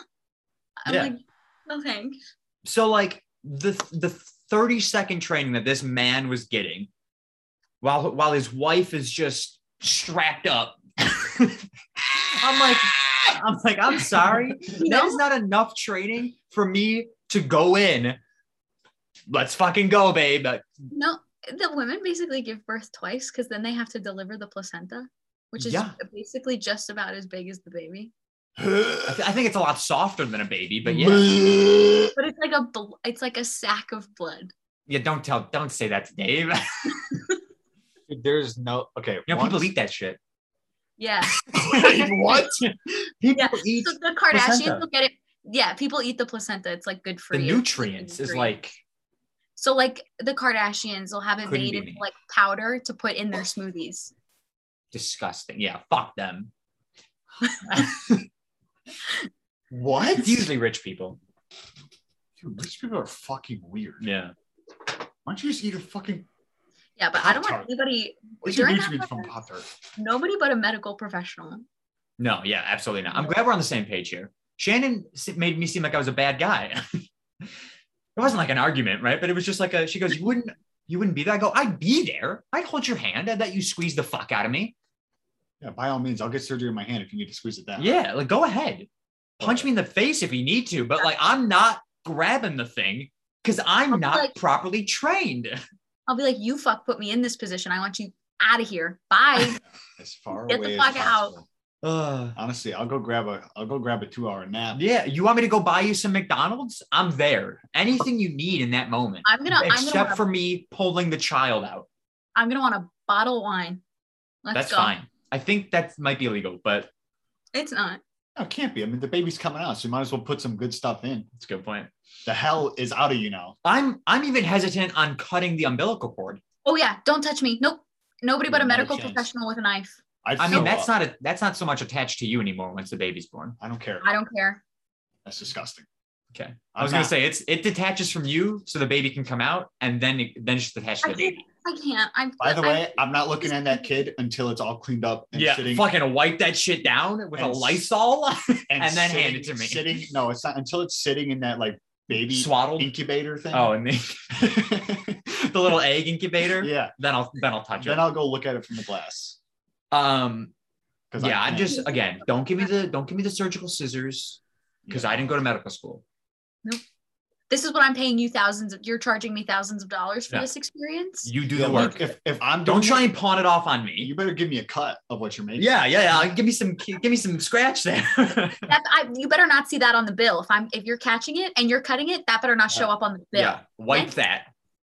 [SPEAKER 3] I'm
[SPEAKER 1] Yeah.
[SPEAKER 3] like, okay.
[SPEAKER 1] So like the the 30 second training that this man was getting while while his wife is just strapped up. I'm like I'm like I'm sorry.
[SPEAKER 3] You
[SPEAKER 1] That
[SPEAKER 3] know?
[SPEAKER 1] is not enough training for me to go in. Let's fucking go, babe. Like,
[SPEAKER 3] No, the women basically give birth twice because then they have to deliver the placenta, which is
[SPEAKER 1] Yeah.
[SPEAKER 3] basically just about as big as the baby.
[SPEAKER 1] I, th- I think it's a lot softer than a baby, but yeah.
[SPEAKER 2] Mm. yeah.
[SPEAKER 3] But it's like a bl- it's like a sack of blood.
[SPEAKER 1] Yeah, don't tell, don't say that to Dave.
[SPEAKER 2] there's no okay.
[SPEAKER 1] You know,
[SPEAKER 2] once-
[SPEAKER 1] people eat that shit.
[SPEAKER 3] Yeah.
[SPEAKER 2] Wait, what?
[SPEAKER 1] People
[SPEAKER 3] Yeah.
[SPEAKER 1] eat
[SPEAKER 3] So the Kardashians
[SPEAKER 1] placenta.
[SPEAKER 3] will get it. Yeah, people eat the placenta. It's like good for
[SPEAKER 1] the
[SPEAKER 3] you.
[SPEAKER 1] nutrients is
[SPEAKER 3] Nutrient.
[SPEAKER 1] like
[SPEAKER 3] so like the Kardashians will have it
[SPEAKER 1] Couldn't
[SPEAKER 3] made
[SPEAKER 1] be
[SPEAKER 3] into
[SPEAKER 1] me.
[SPEAKER 3] like powder to put in their smoothies.
[SPEAKER 1] disgusting. Yeah, fuck them.
[SPEAKER 2] What?
[SPEAKER 1] It's usually rich people.
[SPEAKER 2] Dude, rich people are fucking weird.
[SPEAKER 1] Yeah.
[SPEAKER 2] Why don't you just eat a fucking
[SPEAKER 3] Yeah, but I don't want
[SPEAKER 2] Pop-Tart.
[SPEAKER 3] anybody
[SPEAKER 2] what's your
[SPEAKER 3] During that
[SPEAKER 2] nutrients from
[SPEAKER 3] process-
[SPEAKER 2] Pop Tart?
[SPEAKER 3] nobody but a medical professional.
[SPEAKER 1] No, yeah, absolutely not. I'm glad we're on the same page here. Shannon s- made me seem like I was a bad guy. it wasn't like an argument, right? But it was just like a she goes, "You wouldn't you wouldn't be there." I go, "I'd be there. I'd hold your hand. I'd let you squeeze the fuck out of me."
[SPEAKER 2] Yeah, by all means, I'll get surgery in my hand if you need to squeeze it down.
[SPEAKER 1] Yeah, like go ahead. Punch me in the face if you need to, but like I'm not grabbing the thing cuz I'm
[SPEAKER 3] I'm
[SPEAKER 1] not
[SPEAKER 3] like-
[SPEAKER 1] properly trained.
[SPEAKER 3] I'll be like, you fuck put me in this position. I want you out of here. Bye.
[SPEAKER 2] As far
[SPEAKER 3] Get the
[SPEAKER 2] away
[SPEAKER 3] fuck
[SPEAKER 2] as
[SPEAKER 3] out.
[SPEAKER 2] possible.
[SPEAKER 1] Uh,
[SPEAKER 2] Honestly, I'll go grab a I'll go grab a two hour nap.
[SPEAKER 1] yeah, you want me to go buy you some McDonald's? I'm there. Anything you need in that moment.
[SPEAKER 3] I'm gonna I'm
[SPEAKER 1] except
[SPEAKER 3] gonna wanna,
[SPEAKER 1] for me pulling the child out.
[SPEAKER 3] I'm gonna want a bottle of wine. Let's
[SPEAKER 1] That's
[SPEAKER 3] go.
[SPEAKER 1] fine. I think that might be illegal, but
[SPEAKER 3] It's not.
[SPEAKER 2] No, it can't be. I mean, the baby's coming out, so you might as well put some good stuff in.
[SPEAKER 1] it's a good point.
[SPEAKER 2] The hell is out of you now.
[SPEAKER 1] I'm I'm even hesitant on cutting the umbilical cord.
[SPEAKER 3] Oh yeah, don't touch me. Nope. Nobody but a
[SPEAKER 2] No
[SPEAKER 3] medical
[SPEAKER 2] chance.
[SPEAKER 3] professional with a knife.
[SPEAKER 2] I'd
[SPEAKER 1] I mean,
[SPEAKER 2] throw
[SPEAKER 3] uh,
[SPEAKER 1] that's
[SPEAKER 2] up.
[SPEAKER 1] not a that's not so much attached to you anymore once the baby's born.
[SPEAKER 2] I don't care.
[SPEAKER 3] I don't care.
[SPEAKER 2] That's disgusting.
[SPEAKER 1] Okay.
[SPEAKER 2] I'm
[SPEAKER 1] I was gonna
[SPEAKER 2] not-
[SPEAKER 1] say it's it detaches from you so the baby can come out and then it, then it's just attached to
[SPEAKER 3] I
[SPEAKER 1] the
[SPEAKER 3] can't.
[SPEAKER 1] baby.
[SPEAKER 3] I can't. I'm
[SPEAKER 2] By the
[SPEAKER 3] I-
[SPEAKER 2] way, I'm not looking at that kid until it's all cleaned up and
[SPEAKER 1] Yeah,
[SPEAKER 2] sitting
[SPEAKER 1] fucking wipe that shit down with a
[SPEAKER 2] And s-
[SPEAKER 1] Lysol and then
[SPEAKER 2] sitting-
[SPEAKER 1] hand it to me.
[SPEAKER 2] Sitting, no, it's not until it's sitting in that like baby
[SPEAKER 1] swaddled.
[SPEAKER 2] incubator thing.
[SPEAKER 1] Oh, and the, the little egg incubator.
[SPEAKER 2] yeah.
[SPEAKER 1] Then I'll then I'll touch
[SPEAKER 2] Then
[SPEAKER 1] it.
[SPEAKER 2] I'll go look at it from the glass.
[SPEAKER 1] um,
[SPEAKER 2] Because
[SPEAKER 1] yeah, I
[SPEAKER 2] can't.
[SPEAKER 1] just again don't give me the don't give me the surgical scissors because
[SPEAKER 2] Yeah.
[SPEAKER 1] I didn't go to medical school.
[SPEAKER 3] this is what I'm paying you thousands of you're charging me thousands of dollars for
[SPEAKER 1] Yeah.
[SPEAKER 3] this experience.
[SPEAKER 1] You do
[SPEAKER 2] Yeah,
[SPEAKER 1] the
[SPEAKER 2] like,
[SPEAKER 1] work.
[SPEAKER 2] if, if I'm
[SPEAKER 1] Don't
[SPEAKER 2] doing
[SPEAKER 1] try
[SPEAKER 2] it,
[SPEAKER 1] and pawn it off on me.
[SPEAKER 2] you better give me a cut of what you're making.
[SPEAKER 1] Yeah, yeah, yeah. Give me some, give me some scratch there.
[SPEAKER 3] That I, you better not see that on the bill. If I'm if you're catching it and you're cutting it, that better not show up on the bill.
[SPEAKER 1] yeah, wipe that.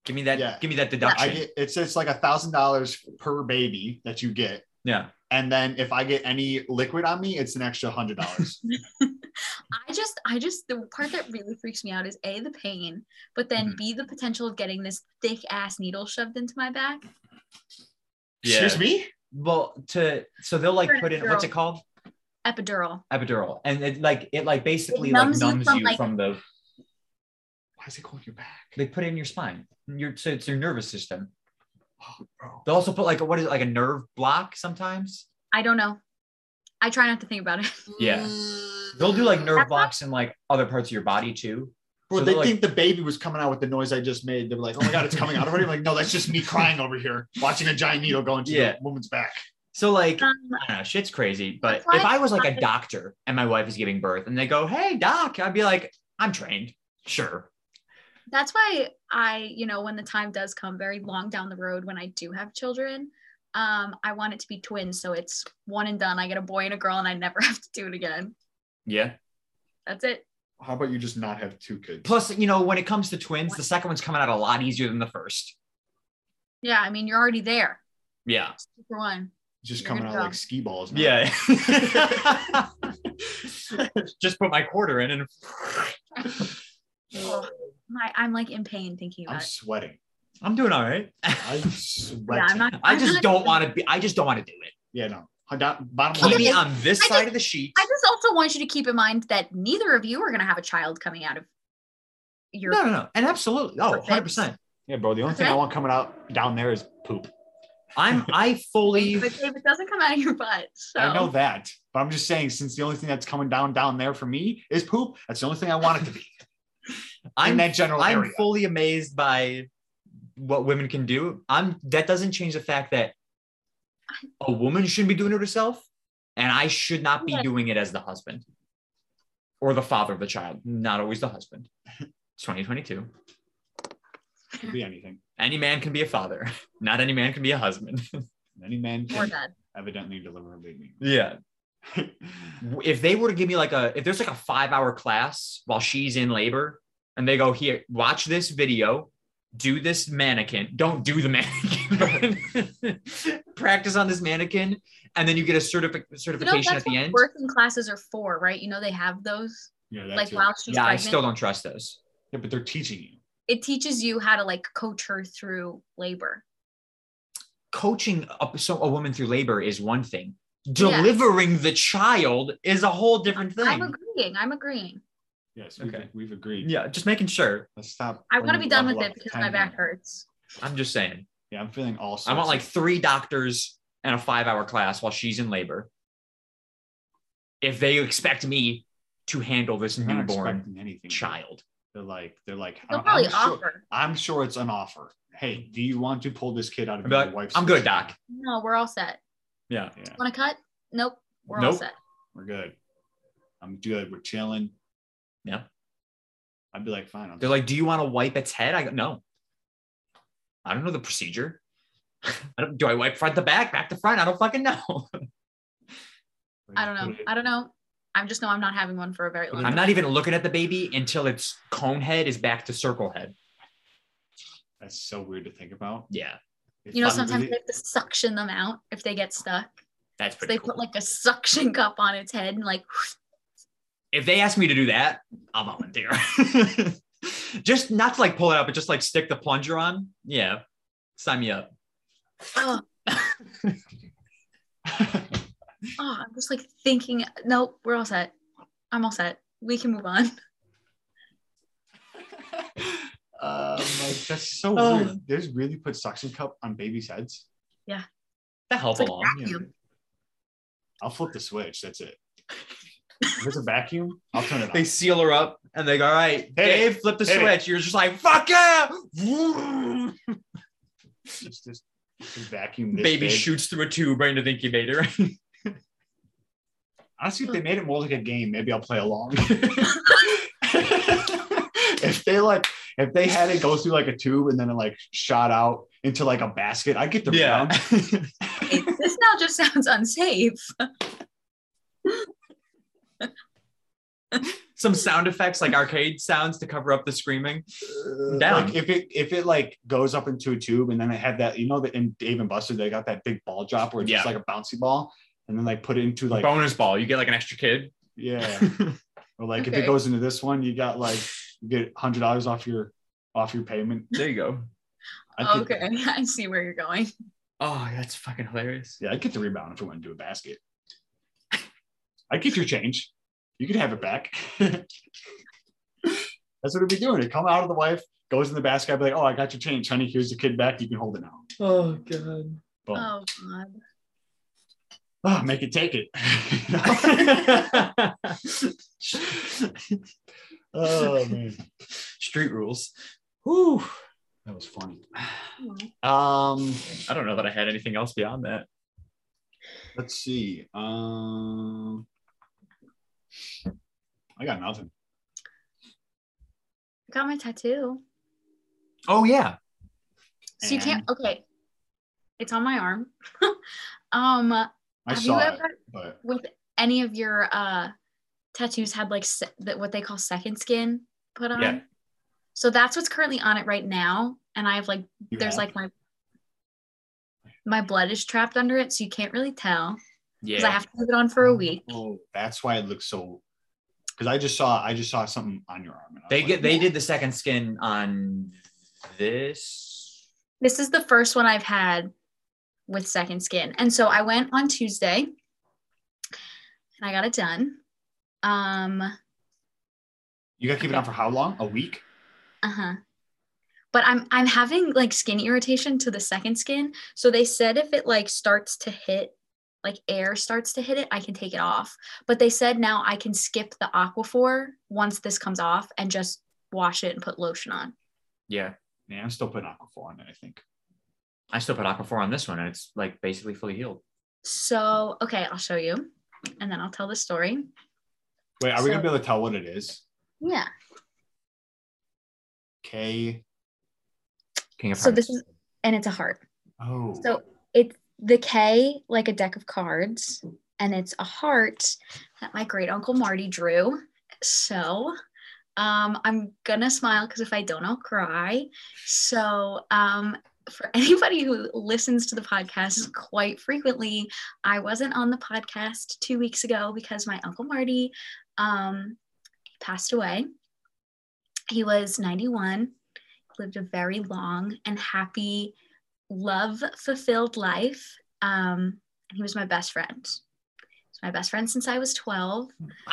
[SPEAKER 1] Give me that.
[SPEAKER 2] Yeah.
[SPEAKER 1] Give me that
[SPEAKER 2] I
[SPEAKER 1] deduction.
[SPEAKER 2] get it's it's like a thousand dollars per baby that you get.
[SPEAKER 1] yeah,
[SPEAKER 2] And then if I get any liquid on me, it's an extra hundred dollars.
[SPEAKER 3] I just I just the part that really freaks me out is a the pain, but then
[SPEAKER 1] Mhm.
[SPEAKER 3] b the potential of getting this thick ass needle shoved into my back.
[SPEAKER 1] yeah.
[SPEAKER 2] Excuse me?
[SPEAKER 1] Well, to so they'll like
[SPEAKER 3] Sure,
[SPEAKER 1] put in what's
[SPEAKER 3] epidural.
[SPEAKER 1] it called
[SPEAKER 3] Epidural.
[SPEAKER 1] epidural, and it like it like basically
[SPEAKER 3] It
[SPEAKER 1] numbs
[SPEAKER 3] numbs
[SPEAKER 1] like
[SPEAKER 3] you
[SPEAKER 1] numbs
[SPEAKER 3] from,
[SPEAKER 1] you
[SPEAKER 3] like-
[SPEAKER 1] from the
[SPEAKER 2] Why is it going your back?
[SPEAKER 1] they put it in your spine. Your so it's your nervous system.
[SPEAKER 2] Oh, bro.
[SPEAKER 1] They will also put like a, what is it like a nerve block sometimes.
[SPEAKER 3] I don't know. I try not to think about it.
[SPEAKER 1] Yeah. They'll do like nerve blocks in like other parts of your body too.
[SPEAKER 2] Bro,
[SPEAKER 1] So
[SPEAKER 2] they
[SPEAKER 1] they're like-
[SPEAKER 2] think the baby was coming out with the noise I just made. They're like, "Oh my god, it's coming out already!" I'm like, "No, that's just me crying over here, watching a giant needle go into
[SPEAKER 1] Yeah.
[SPEAKER 2] the woman's back."
[SPEAKER 1] So like
[SPEAKER 3] Um,
[SPEAKER 1] I don't know, shit's crazy. But
[SPEAKER 3] That's why
[SPEAKER 1] if I was like a
[SPEAKER 3] I-
[SPEAKER 1] doctor and my wife is giving birth and they go, "Hey, doc," I'd be like, "I'm trained, sure."
[SPEAKER 3] that's why I, you know, when the time does come very long down the road when I do have children, um, I want it to be twins. So it's one and done. I get a boy and a girl and I never have to do it again.
[SPEAKER 1] Yeah.
[SPEAKER 3] That's it.
[SPEAKER 2] How about you just not have two kids?
[SPEAKER 1] Plus, you know, when it comes to twins, the second one's coming out a lot easier than the first.
[SPEAKER 3] Yeah. I mean, you're already there
[SPEAKER 1] Yeah.
[SPEAKER 3] for one.
[SPEAKER 2] Just
[SPEAKER 3] You're
[SPEAKER 2] coming out
[SPEAKER 3] good
[SPEAKER 2] like
[SPEAKER 3] job.
[SPEAKER 2] ski balls. now.
[SPEAKER 1] Yeah. Just put my quarter in and
[SPEAKER 3] Oh, my, I'm like in pain thinking
[SPEAKER 2] I'm
[SPEAKER 3] about it.
[SPEAKER 2] sweating.
[SPEAKER 1] I'm doing all right.
[SPEAKER 2] I'm sweating.
[SPEAKER 3] Yeah, I'm not,
[SPEAKER 1] I
[SPEAKER 3] I'm
[SPEAKER 1] just
[SPEAKER 3] not-
[SPEAKER 1] don't want to be. I just don't want to do it.
[SPEAKER 2] Yeah, no. Hon- down- Bottom
[SPEAKER 1] Keep
[SPEAKER 2] line,
[SPEAKER 1] me on this
[SPEAKER 3] I
[SPEAKER 1] side of the sheet.
[SPEAKER 3] I just also want you to keep in mind that neither of you are going to have a child coming out of your.
[SPEAKER 1] No, no, no. And absolutely. Oh,
[SPEAKER 3] Perfect.
[SPEAKER 1] 100%.
[SPEAKER 2] yeah, bro. The only
[SPEAKER 3] Okay.
[SPEAKER 2] want coming out down there is poop.
[SPEAKER 1] I'm, I fully.
[SPEAKER 3] But Dave, it doesn't come out of your butt. So
[SPEAKER 2] I know that, but I'm just saying, since the only thing that's coming down down there for me is poop, that's the only thing I want it to be in
[SPEAKER 1] I'm
[SPEAKER 2] that general
[SPEAKER 1] I'm
[SPEAKER 2] area.
[SPEAKER 1] fully amazed by what women can do. I'm that doesn't change the fact that a woman shouldn't be doing it herself, and I should not be
[SPEAKER 3] Yeah.
[SPEAKER 1] doing it as the husband or the father of the child. Not always the husband. It's 2022.
[SPEAKER 2] Could be anything.
[SPEAKER 1] Any man can be a father. Not any man can be a husband.
[SPEAKER 2] Any man
[SPEAKER 3] Or
[SPEAKER 2] can
[SPEAKER 3] that.
[SPEAKER 2] evidently deliver a baby.
[SPEAKER 1] Yeah. If they were to give me like a if there's like a five hour class while she's in labor, and they go here, watch this video, do this mannequin. Don't do the mannequin. practice on this mannequin, and then you get a certifi-
[SPEAKER 3] You know,
[SPEAKER 1] certification
[SPEAKER 3] that's
[SPEAKER 1] at the
[SPEAKER 3] what
[SPEAKER 1] end.
[SPEAKER 3] working classes are for, right? You know, they have those.
[SPEAKER 2] Yeah, that
[SPEAKER 3] Like
[SPEAKER 2] too.
[SPEAKER 3] while she's
[SPEAKER 1] Yeah, I
[SPEAKER 3] pregnant,
[SPEAKER 1] still don't trust those.
[SPEAKER 2] yeah, but they're teaching you.
[SPEAKER 3] it teaches you how to like coach her through labor.
[SPEAKER 1] Coaching a, so a woman through labor is one thing. Delivering the child is a whole different
[SPEAKER 3] I'm
[SPEAKER 1] thing.
[SPEAKER 3] agreeing. I'm agreeing.
[SPEAKER 2] Yes, we've,
[SPEAKER 1] Okay.
[SPEAKER 2] we've agreed.
[SPEAKER 1] Yeah, just making sure.
[SPEAKER 2] Let's stop.
[SPEAKER 3] I want to be
[SPEAKER 2] bringing
[SPEAKER 3] done with
[SPEAKER 2] level
[SPEAKER 3] it
[SPEAKER 2] up.
[SPEAKER 3] because
[SPEAKER 2] Time
[SPEAKER 3] my back
[SPEAKER 2] down.
[SPEAKER 3] hurts.
[SPEAKER 1] I'm just saying.
[SPEAKER 2] Yeah, I'm feeling all.
[SPEAKER 1] I want
[SPEAKER 2] sorts
[SPEAKER 1] like
[SPEAKER 2] of-
[SPEAKER 1] three doctors and a five hour class while she's in labor. If they expect me to handle this
[SPEAKER 2] They're not
[SPEAKER 1] newborn
[SPEAKER 2] expecting anything.
[SPEAKER 1] child,
[SPEAKER 2] They're like they're like.
[SPEAKER 3] They'll
[SPEAKER 2] I'm-
[SPEAKER 3] probably
[SPEAKER 2] I'm sure-
[SPEAKER 3] offer.
[SPEAKER 2] I'm sure it's an offer. Hey, do you want to pull this kid out of
[SPEAKER 1] I'd be
[SPEAKER 2] your
[SPEAKER 1] like,
[SPEAKER 2] wife's?
[SPEAKER 1] I'm good, doc.
[SPEAKER 3] No, we're all set.
[SPEAKER 1] Yeah.
[SPEAKER 2] Yeah,
[SPEAKER 3] Want to cut? Nope. We're all
[SPEAKER 1] Nope.
[SPEAKER 3] set.
[SPEAKER 2] we're good. I'm good. We're chilling.
[SPEAKER 1] Yeah.
[SPEAKER 2] I'd be like, fine. I'm
[SPEAKER 1] They're like, do you want to wipe its head? I go, no. I don't know the procedure. I don't, do I wipe front to back, back to front? I don't fucking know.
[SPEAKER 3] I don't know. I don't know. I just know I'm not having one for a very long
[SPEAKER 1] I'm
[SPEAKER 3] time.
[SPEAKER 1] not even looking at the baby until its cone head is back to circle head.
[SPEAKER 2] That's so weird to think about.
[SPEAKER 1] Yeah,
[SPEAKER 2] If
[SPEAKER 3] You know,
[SPEAKER 2] I'm
[SPEAKER 3] sometimes
[SPEAKER 2] really-
[SPEAKER 3] they have to suction them out if they get stuck.
[SPEAKER 1] that's
[SPEAKER 3] So
[SPEAKER 1] pretty
[SPEAKER 3] they
[SPEAKER 1] cool.
[SPEAKER 3] put like a suction cup on its head and like
[SPEAKER 1] if they ask me to do that, I'll volunteer. just not to like pull it out, but just like stick the plunger on. Yeah, sign me up.
[SPEAKER 3] oh, oh, I'm just like thinking, nope, we're all set. I'm all set. We can move on.
[SPEAKER 2] Um, like, that's so
[SPEAKER 1] Oh.
[SPEAKER 2] weird. They just really put suction cup on babies' heads.
[SPEAKER 1] That help
[SPEAKER 3] It's like
[SPEAKER 1] along.
[SPEAKER 3] vacuum.
[SPEAKER 2] I'll flip the switch. That's it. If it's a vacuum, I'll turn it on.
[SPEAKER 1] They seal her up and they go, all right,
[SPEAKER 2] Hey,
[SPEAKER 1] Dave, flip the
[SPEAKER 2] hey.
[SPEAKER 1] switch. You're just like, fuck yeah. Vroom.
[SPEAKER 2] just, just, just vacuum. This
[SPEAKER 1] baby
[SPEAKER 2] big.
[SPEAKER 1] shoots through a tube right into the incubator.
[SPEAKER 2] Honestly, if they made it more like a game, maybe I'll play along. if they like, if they had it go through like a tube and then it like shot out into like a basket, I get the
[SPEAKER 1] Yeah.
[SPEAKER 2] rebound.
[SPEAKER 3] Wait, this now just sounds unsafe.
[SPEAKER 1] Some sound effects like arcade sounds to cover up the screaming. Down.
[SPEAKER 2] Like if it if it like goes up into a tube and then they had that, you know, that in Dave and Buster they got that big ball drop where it's just
[SPEAKER 1] Yeah.
[SPEAKER 2] like a bouncy ball, and then like put it into like
[SPEAKER 1] Bonus ball. You get like an extra kid.
[SPEAKER 2] yeah, or like if
[SPEAKER 3] Okay.
[SPEAKER 2] it goes into this one, you got like you get hundred dollars off your off your payment.
[SPEAKER 1] There you go.
[SPEAKER 2] I get the-
[SPEAKER 3] Oh, okay, I see where you're going.
[SPEAKER 1] Oh, that's fucking hilarious.
[SPEAKER 2] Yeah, I get the rebound if it went into a basket. I get your change. You could have it back. That's what it'd be doing. It come out of the wife, goes in the basket. I'd be like, "Oh, I got your change, honey. Here's the kid back. You can hold it now.
[SPEAKER 1] Oh god.
[SPEAKER 2] Boom.
[SPEAKER 3] Oh God.
[SPEAKER 2] Oh, make it take it." oh man,
[SPEAKER 1] Street rules. Whew.
[SPEAKER 2] that was funny.
[SPEAKER 3] Oh,
[SPEAKER 2] Um,
[SPEAKER 1] I don't know that I had anything else beyond that.
[SPEAKER 2] let's see. Um, I got nothing.
[SPEAKER 3] I got my tattoo.
[SPEAKER 1] Oh yeah.
[SPEAKER 3] So you can't okay. It's on my arm. um
[SPEAKER 2] I
[SPEAKER 3] have
[SPEAKER 2] saw
[SPEAKER 3] you
[SPEAKER 2] it,
[SPEAKER 3] ever
[SPEAKER 2] but
[SPEAKER 3] with any of your uh tattoos had like se- that what they call second skin put on?
[SPEAKER 1] Yeah.
[SPEAKER 3] So that's what's currently on it right now. And I have like
[SPEAKER 2] you
[SPEAKER 3] there's
[SPEAKER 2] have-
[SPEAKER 3] like my my blood is trapped under it, so you can't really tell. Because I
[SPEAKER 1] Yeah.
[SPEAKER 3] have to leave it on for a week.
[SPEAKER 2] Oh, that's why it looks so. Because I just saw, I just saw something on your arm. and I was
[SPEAKER 1] They
[SPEAKER 2] like,
[SPEAKER 1] get they did the second skin on this.
[SPEAKER 3] This is the first one I've had with second skin. And so I went on Tuesday and I got it done. Um
[SPEAKER 2] You got to keep it on for how long? A week?
[SPEAKER 3] uh-huh. But I'm I'm having like skin irritation to the second skin. So they said if it like starts to hit like air starts to hit it, I can take it off. But they said now I can skip the aquaphor once this comes off and just wash it and put lotion on.
[SPEAKER 1] Yeah.
[SPEAKER 2] Yeah, I'm still putting Aquaphor on it. I think.
[SPEAKER 1] I still put Aquaphor on this one and it's like basically fully healed.
[SPEAKER 3] So okay, I'll show you and then I'll tell the story.
[SPEAKER 2] Wait, are we
[SPEAKER 3] So-
[SPEAKER 2] gonna be able to tell what it is?
[SPEAKER 3] Yeah.
[SPEAKER 2] K.
[SPEAKER 1] King of
[SPEAKER 3] So
[SPEAKER 1] Hearts.
[SPEAKER 3] this is, and it's a heart.
[SPEAKER 2] Oh.
[SPEAKER 3] So it's the K, like a deck of cards, and it's a heart that my great uncle Marty drew. So um, I'm gonna smile because if I don't, I'll cry. So um, for anybody who listens to the podcast quite frequently, I wasn't on the podcast two weeks ago because my uncle Marty um, passed away. He was 91, lived a very long and happy, love fulfilled life. Um, and he was my best friend. He's my best friend since I was 12.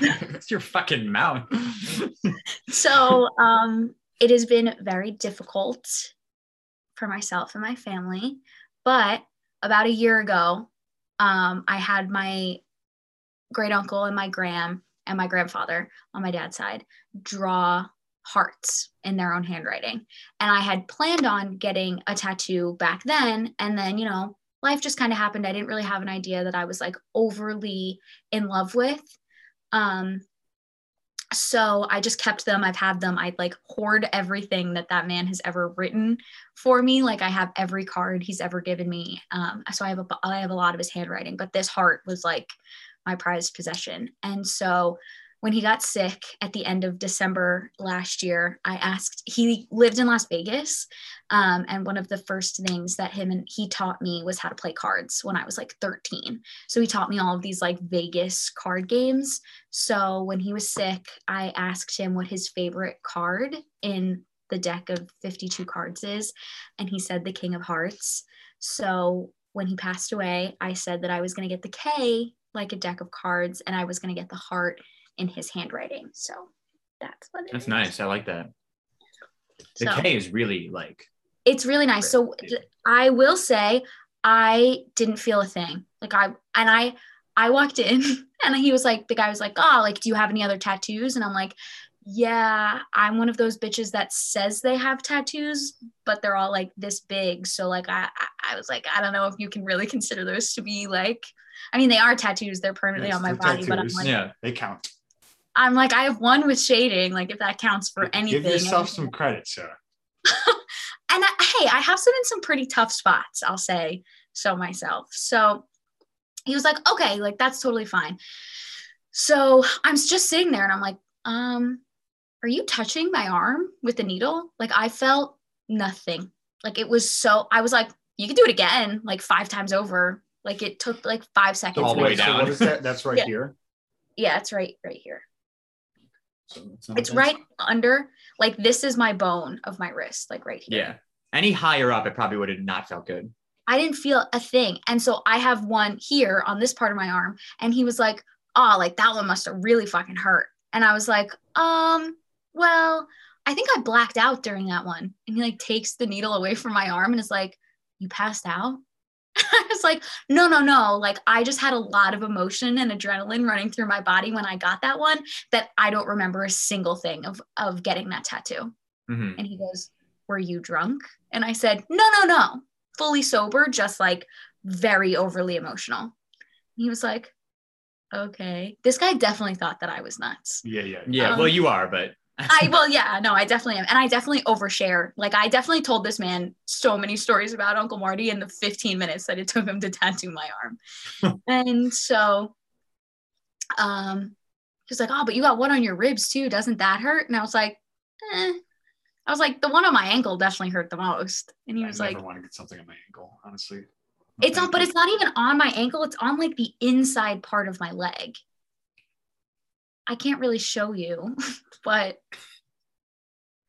[SPEAKER 1] That's your fucking mouth.
[SPEAKER 3] so um, it has been very difficult for myself and my family. But about a year ago, um, I had my great uncle and my gram and my grandfather on my dad's side draw hearts in their own handwriting. And I had planned on getting a tattoo back then. And then, you know, life just kind of happened. I didn't really have an idea that I was like overly in love with. Um, so I just kept them. I've had them. I like hoard everything that that man has ever written for me. Like I have every card he's ever given me. Um, so I have a I have a lot of his handwriting, but this heart was like my prized possession. And so when he got sick at the end of December last year, I asked. He lived in Las Vegas, um, and one of the first things that him and he taught me was how to play cards when I was like 13. So he taught me all of these like Vegas card games. So when he was sick, I asked him what his favorite card in the deck of 52 cards is, and he said the King of Hearts. So when he passed away, I said that I was going to get the K like a deck of cards, and I was going to get the heart in his handwriting. So that's what it
[SPEAKER 1] That's
[SPEAKER 3] is.
[SPEAKER 1] nice. I like that. The
[SPEAKER 3] So-
[SPEAKER 1] K is really like
[SPEAKER 3] it's really nice. So th- I will say I didn't feel a thing. Like I and I I walked in and he was like the guy was like, "Oh, like do you have any other tattoos?" And I'm like, "Yeah, I'm one of those bitches that says they have tattoos, but they're all like this big." So like I I- I was like, "I don't know if you can really consider those to be like I mean, they are tattoos. They're permanently
[SPEAKER 2] Yes,
[SPEAKER 3] on my
[SPEAKER 2] they're
[SPEAKER 3] body, but I'm
[SPEAKER 2] tattoos.
[SPEAKER 3] like
[SPEAKER 1] yeah.
[SPEAKER 2] They count.
[SPEAKER 3] I'm like I have one with shading, like if that counts for anything.
[SPEAKER 2] Give yourself some credit, Sarah.
[SPEAKER 3] and I, hey, I have some in some pretty tough spots, I'll say so myself. So he was like, okay, like that's totally fine. So I'm just sitting there and I'm like, um, are you touching my arm with the needle? Like I felt nothing. Like it was so, I was like, you could do it again, like five times over. Like it took like five seconds.
[SPEAKER 1] All the way
[SPEAKER 2] So
[SPEAKER 1] down.
[SPEAKER 2] what is that? That's right
[SPEAKER 3] Yeah.
[SPEAKER 2] here.
[SPEAKER 3] Yeah, it's right, right here.
[SPEAKER 2] So not
[SPEAKER 3] It's
[SPEAKER 2] bad.
[SPEAKER 3] right under, like this is my bone of my wrist, like right here.
[SPEAKER 1] Yeah. Any higher up, it probably would have not felt good.
[SPEAKER 3] I didn't feel a thing. And so I have one here on this part of my arm. And he was like, Oh, like that one must have really fucking hurt. And I was like, Um, well, I think I blacked out during that one. And he like takes the needle away from my arm and is like, You passed out? I was like, no, no, no. Like, I just had a lot of emotion and adrenaline running through my body when I got that one that I don't remember a single thing of, of getting that tattoo.
[SPEAKER 2] Mm-hmm.
[SPEAKER 1] Mhm.
[SPEAKER 3] And he goes, Were you drunk? And I said, No, no, no. Fully sober, just like very overly emotional. And he was like, Okay. This guy definitely thought that I was nuts.
[SPEAKER 2] Yeah, yeah.
[SPEAKER 1] Yeah.
[SPEAKER 3] Um,
[SPEAKER 1] well, you are, but
[SPEAKER 3] I well, yeah, no, I definitely am. And I definitely overshare. Like I definitely told this man so many stories about Uncle Marty in the 15 minutes that it took him to tattoo my arm. and so um he was like, Oh, but you got one on your ribs too. Doesn't that hurt? And I was like, eh. I was like, the one on my ankle definitely hurt the most. And he
[SPEAKER 2] I
[SPEAKER 3] was
[SPEAKER 2] never
[SPEAKER 3] like,
[SPEAKER 2] want to get something on my ankle, honestly.
[SPEAKER 3] It's on, but it's not even on my ankle. It's on like the inside part of my leg. I can't really show you, but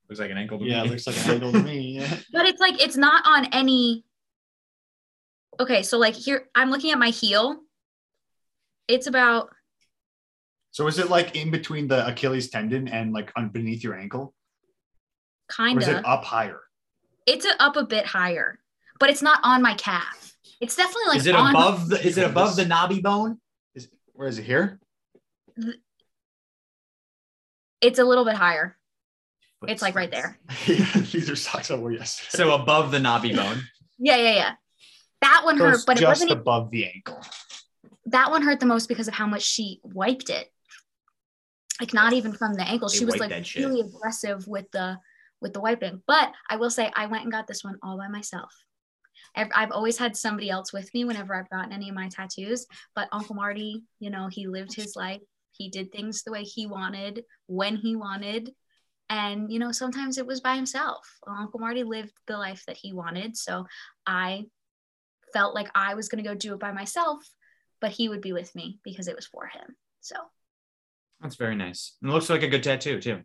[SPEAKER 1] looks like an ankle. to
[SPEAKER 2] Yeah, it
[SPEAKER 1] me.
[SPEAKER 2] looks like an ankle to me. Yeah.
[SPEAKER 3] But it's like it's not on any. Okay, so like here, I'm looking at my heel. It's about
[SPEAKER 2] So is it like in between the Achilles tendon and like on beneath your ankle? Or
[SPEAKER 3] kind
[SPEAKER 2] is
[SPEAKER 3] of.
[SPEAKER 2] it up higher?
[SPEAKER 3] It's a, up a bit higher, but it's not on my calf. It's definitely like
[SPEAKER 1] is it
[SPEAKER 3] on
[SPEAKER 1] above the? Is it above the knobby bone?
[SPEAKER 2] Where is it here?
[SPEAKER 3] It's a little bit higher. It's like right there.
[SPEAKER 2] yeah, these are socks I wore yesterday.
[SPEAKER 1] So above the knobby bone.
[SPEAKER 3] Yeah, yeah, yeah. That one
[SPEAKER 2] So
[SPEAKER 3] hurt,
[SPEAKER 2] it's
[SPEAKER 3] but it
[SPEAKER 2] just
[SPEAKER 3] wasn't. e-
[SPEAKER 2] above the ankle.
[SPEAKER 3] that one hurt the most because of how much she wiped it. Like not even from the ankle.
[SPEAKER 1] They
[SPEAKER 3] she was
[SPEAKER 1] wipe
[SPEAKER 3] like
[SPEAKER 1] that shit.
[SPEAKER 3] really aggressive with the with the wiping. But I will say I went and got this one all by myself. I've, I've always had somebody else with me whenever I've gotten any of my tattoos. But Uncle Marty, you know, he lived his life. He did things the way he wanted, when he wanted. And, you know, sometimes it was by himself. Uncle Marty lived the life that he wanted. So I felt like I was going to go do it by myself, but he would be with me because it was for him. So
[SPEAKER 1] That's very nice. And it looks like a good tattoo too.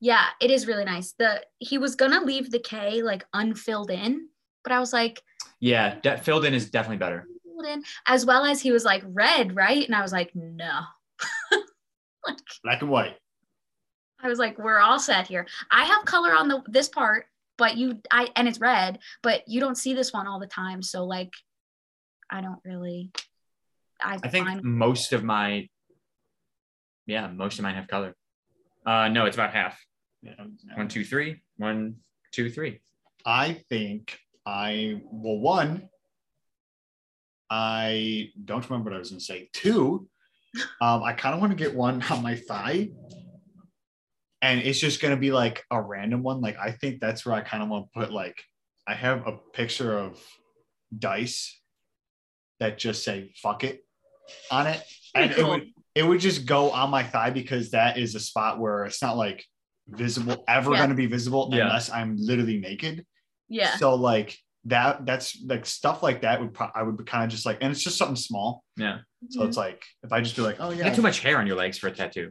[SPEAKER 3] yeah, it is really nice. The he was gonna leave the K like unfilled in, but I was like,
[SPEAKER 1] Yeah, de- filled in is definitely better.
[SPEAKER 3] filled in, as well as he was like red, right? And I was like, no. like
[SPEAKER 2] Black and white.
[SPEAKER 3] I was like, we're all set here. I have color on the this part, but you I and it's red, but you don't see this one all the time. So like I don't really I,
[SPEAKER 1] I think
[SPEAKER 3] find-
[SPEAKER 1] most of my, yeah, most of mine have color. Uh, no, it's about half.
[SPEAKER 2] Yeah.
[SPEAKER 1] One, two, three. One, two, three.
[SPEAKER 2] I think I well one. I don't remember what I was going to say. Two, um, I kind of want to get one on my thigh, and it's just going to be like a random one. Like I think that's where I kind of want to put like I have a picture of dice that just say "fuck it" on it, and it would it would just go on my thigh because that is a spot where it's not like visible ever
[SPEAKER 3] Yeah.
[SPEAKER 2] going to be visible
[SPEAKER 1] Yeah.
[SPEAKER 2] unless I'm literally naked.
[SPEAKER 3] yeah.
[SPEAKER 2] So like that that's like stuff like that would pro- I would kind of just like and it's just something small.
[SPEAKER 3] Mm-hmm.
[SPEAKER 2] So it's like if I just be like, oh
[SPEAKER 1] You
[SPEAKER 2] yeah,
[SPEAKER 1] got too much hair on your legs for a tattoo.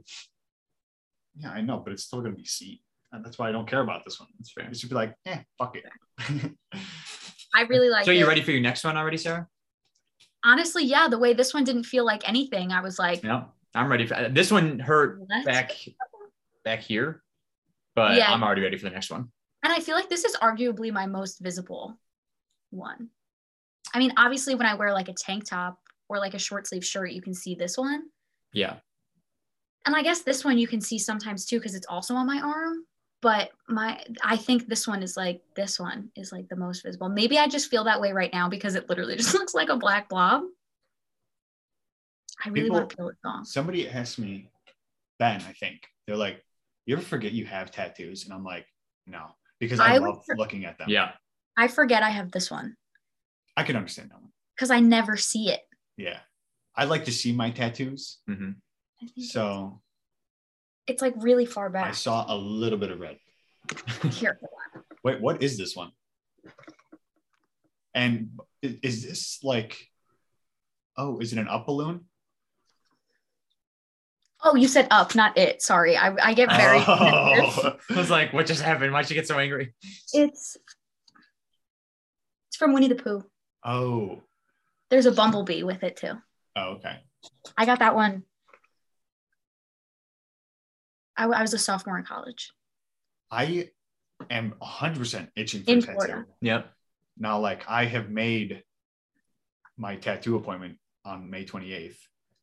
[SPEAKER 2] yeah, I know, but it's still gonna be seat. And that's why I don't care about this one.
[SPEAKER 1] That's fair.
[SPEAKER 2] It should be like, eh, fuck it.
[SPEAKER 3] I really like
[SPEAKER 1] so you
[SPEAKER 3] it.
[SPEAKER 1] ready for your next one already, Sarah?
[SPEAKER 3] honestly, yeah, the way this one didn't feel like anything, I was like,
[SPEAKER 1] Yeah, I'm ready. For, uh, this one hurt
[SPEAKER 3] what?
[SPEAKER 1] back, back here, but
[SPEAKER 3] Yeah.
[SPEAKER 1] I'm already ready for the next one.
[SPEAKER 3] And I feel like this is arguably my most visible one. I mean, obviously, when I wear like a tank top or like a short sleeve shirt, you can see this one.
[SPEAKER 1] Yeah,
[SPEAKER 3] And I guess this one you can see sometimes too, because it's also on my arm. But my, I think this one is like, this one is like the most visible. Maybe I just feel that way right now because it literally just looks like a black blob. I really want to peel it off.
[SPEAKER 2] Somebody asked me, Ben, I think they're like, you ever forget you have tattoos? And I'm like, no, because I,
[SPEAKER 3] I would
[SPEAKER 2] love
[SPEAKER 3] for-
[SPEAKER 2] looking at them.
[SPEAKER 1] yeah.
[SPEAKER 3] I forget I have this one
[SPEAKER 2] I can understand that one.
[SPEAKER 3] because I never see it.
[SPEAKER 2] Yeah, I like to see my tattoos.
[SPEAKER 1] hmm
[SPEAKER 3] I think
[SPEAKER 2] So
[SPEAKER 3] it's like really far
[SPEAKER 2] I
[SPEAKER 3] back.
[SPEAKER 2] saw a little bit of red.
[SPEAKER 3] Here,
[SPEAKER 2] wait, what is this one? And i- is this like, oh, is it an up balloon?
[SPEAKER 3] Oh, you said up, not it. Sorry, I, I get very.
[SPEAKER 2] Oh.
[SPEAKER 1] I was like, what just happened? Why'd you get so angry?
[SPEAKER 3] It's it's from Winnie the Pooh.
[SPEAKER 2] oh,
[SPEAKER 3] There's a bumblebee with it too.
[SPEAKER 2] oh, okay.
[SPEAKER 3] I got that one. I, w- I was a sophomore in college.
[SPEAKER 2] I am 100% itching for
[SPEAKER 3] In
[SPEAKER 2] a tattoo.
[SPEAKER 3] Florida.
[SPEAKER 1] Yep.
[SPEAKER 2] Now, like, I have made my tattoo appointment on May 28th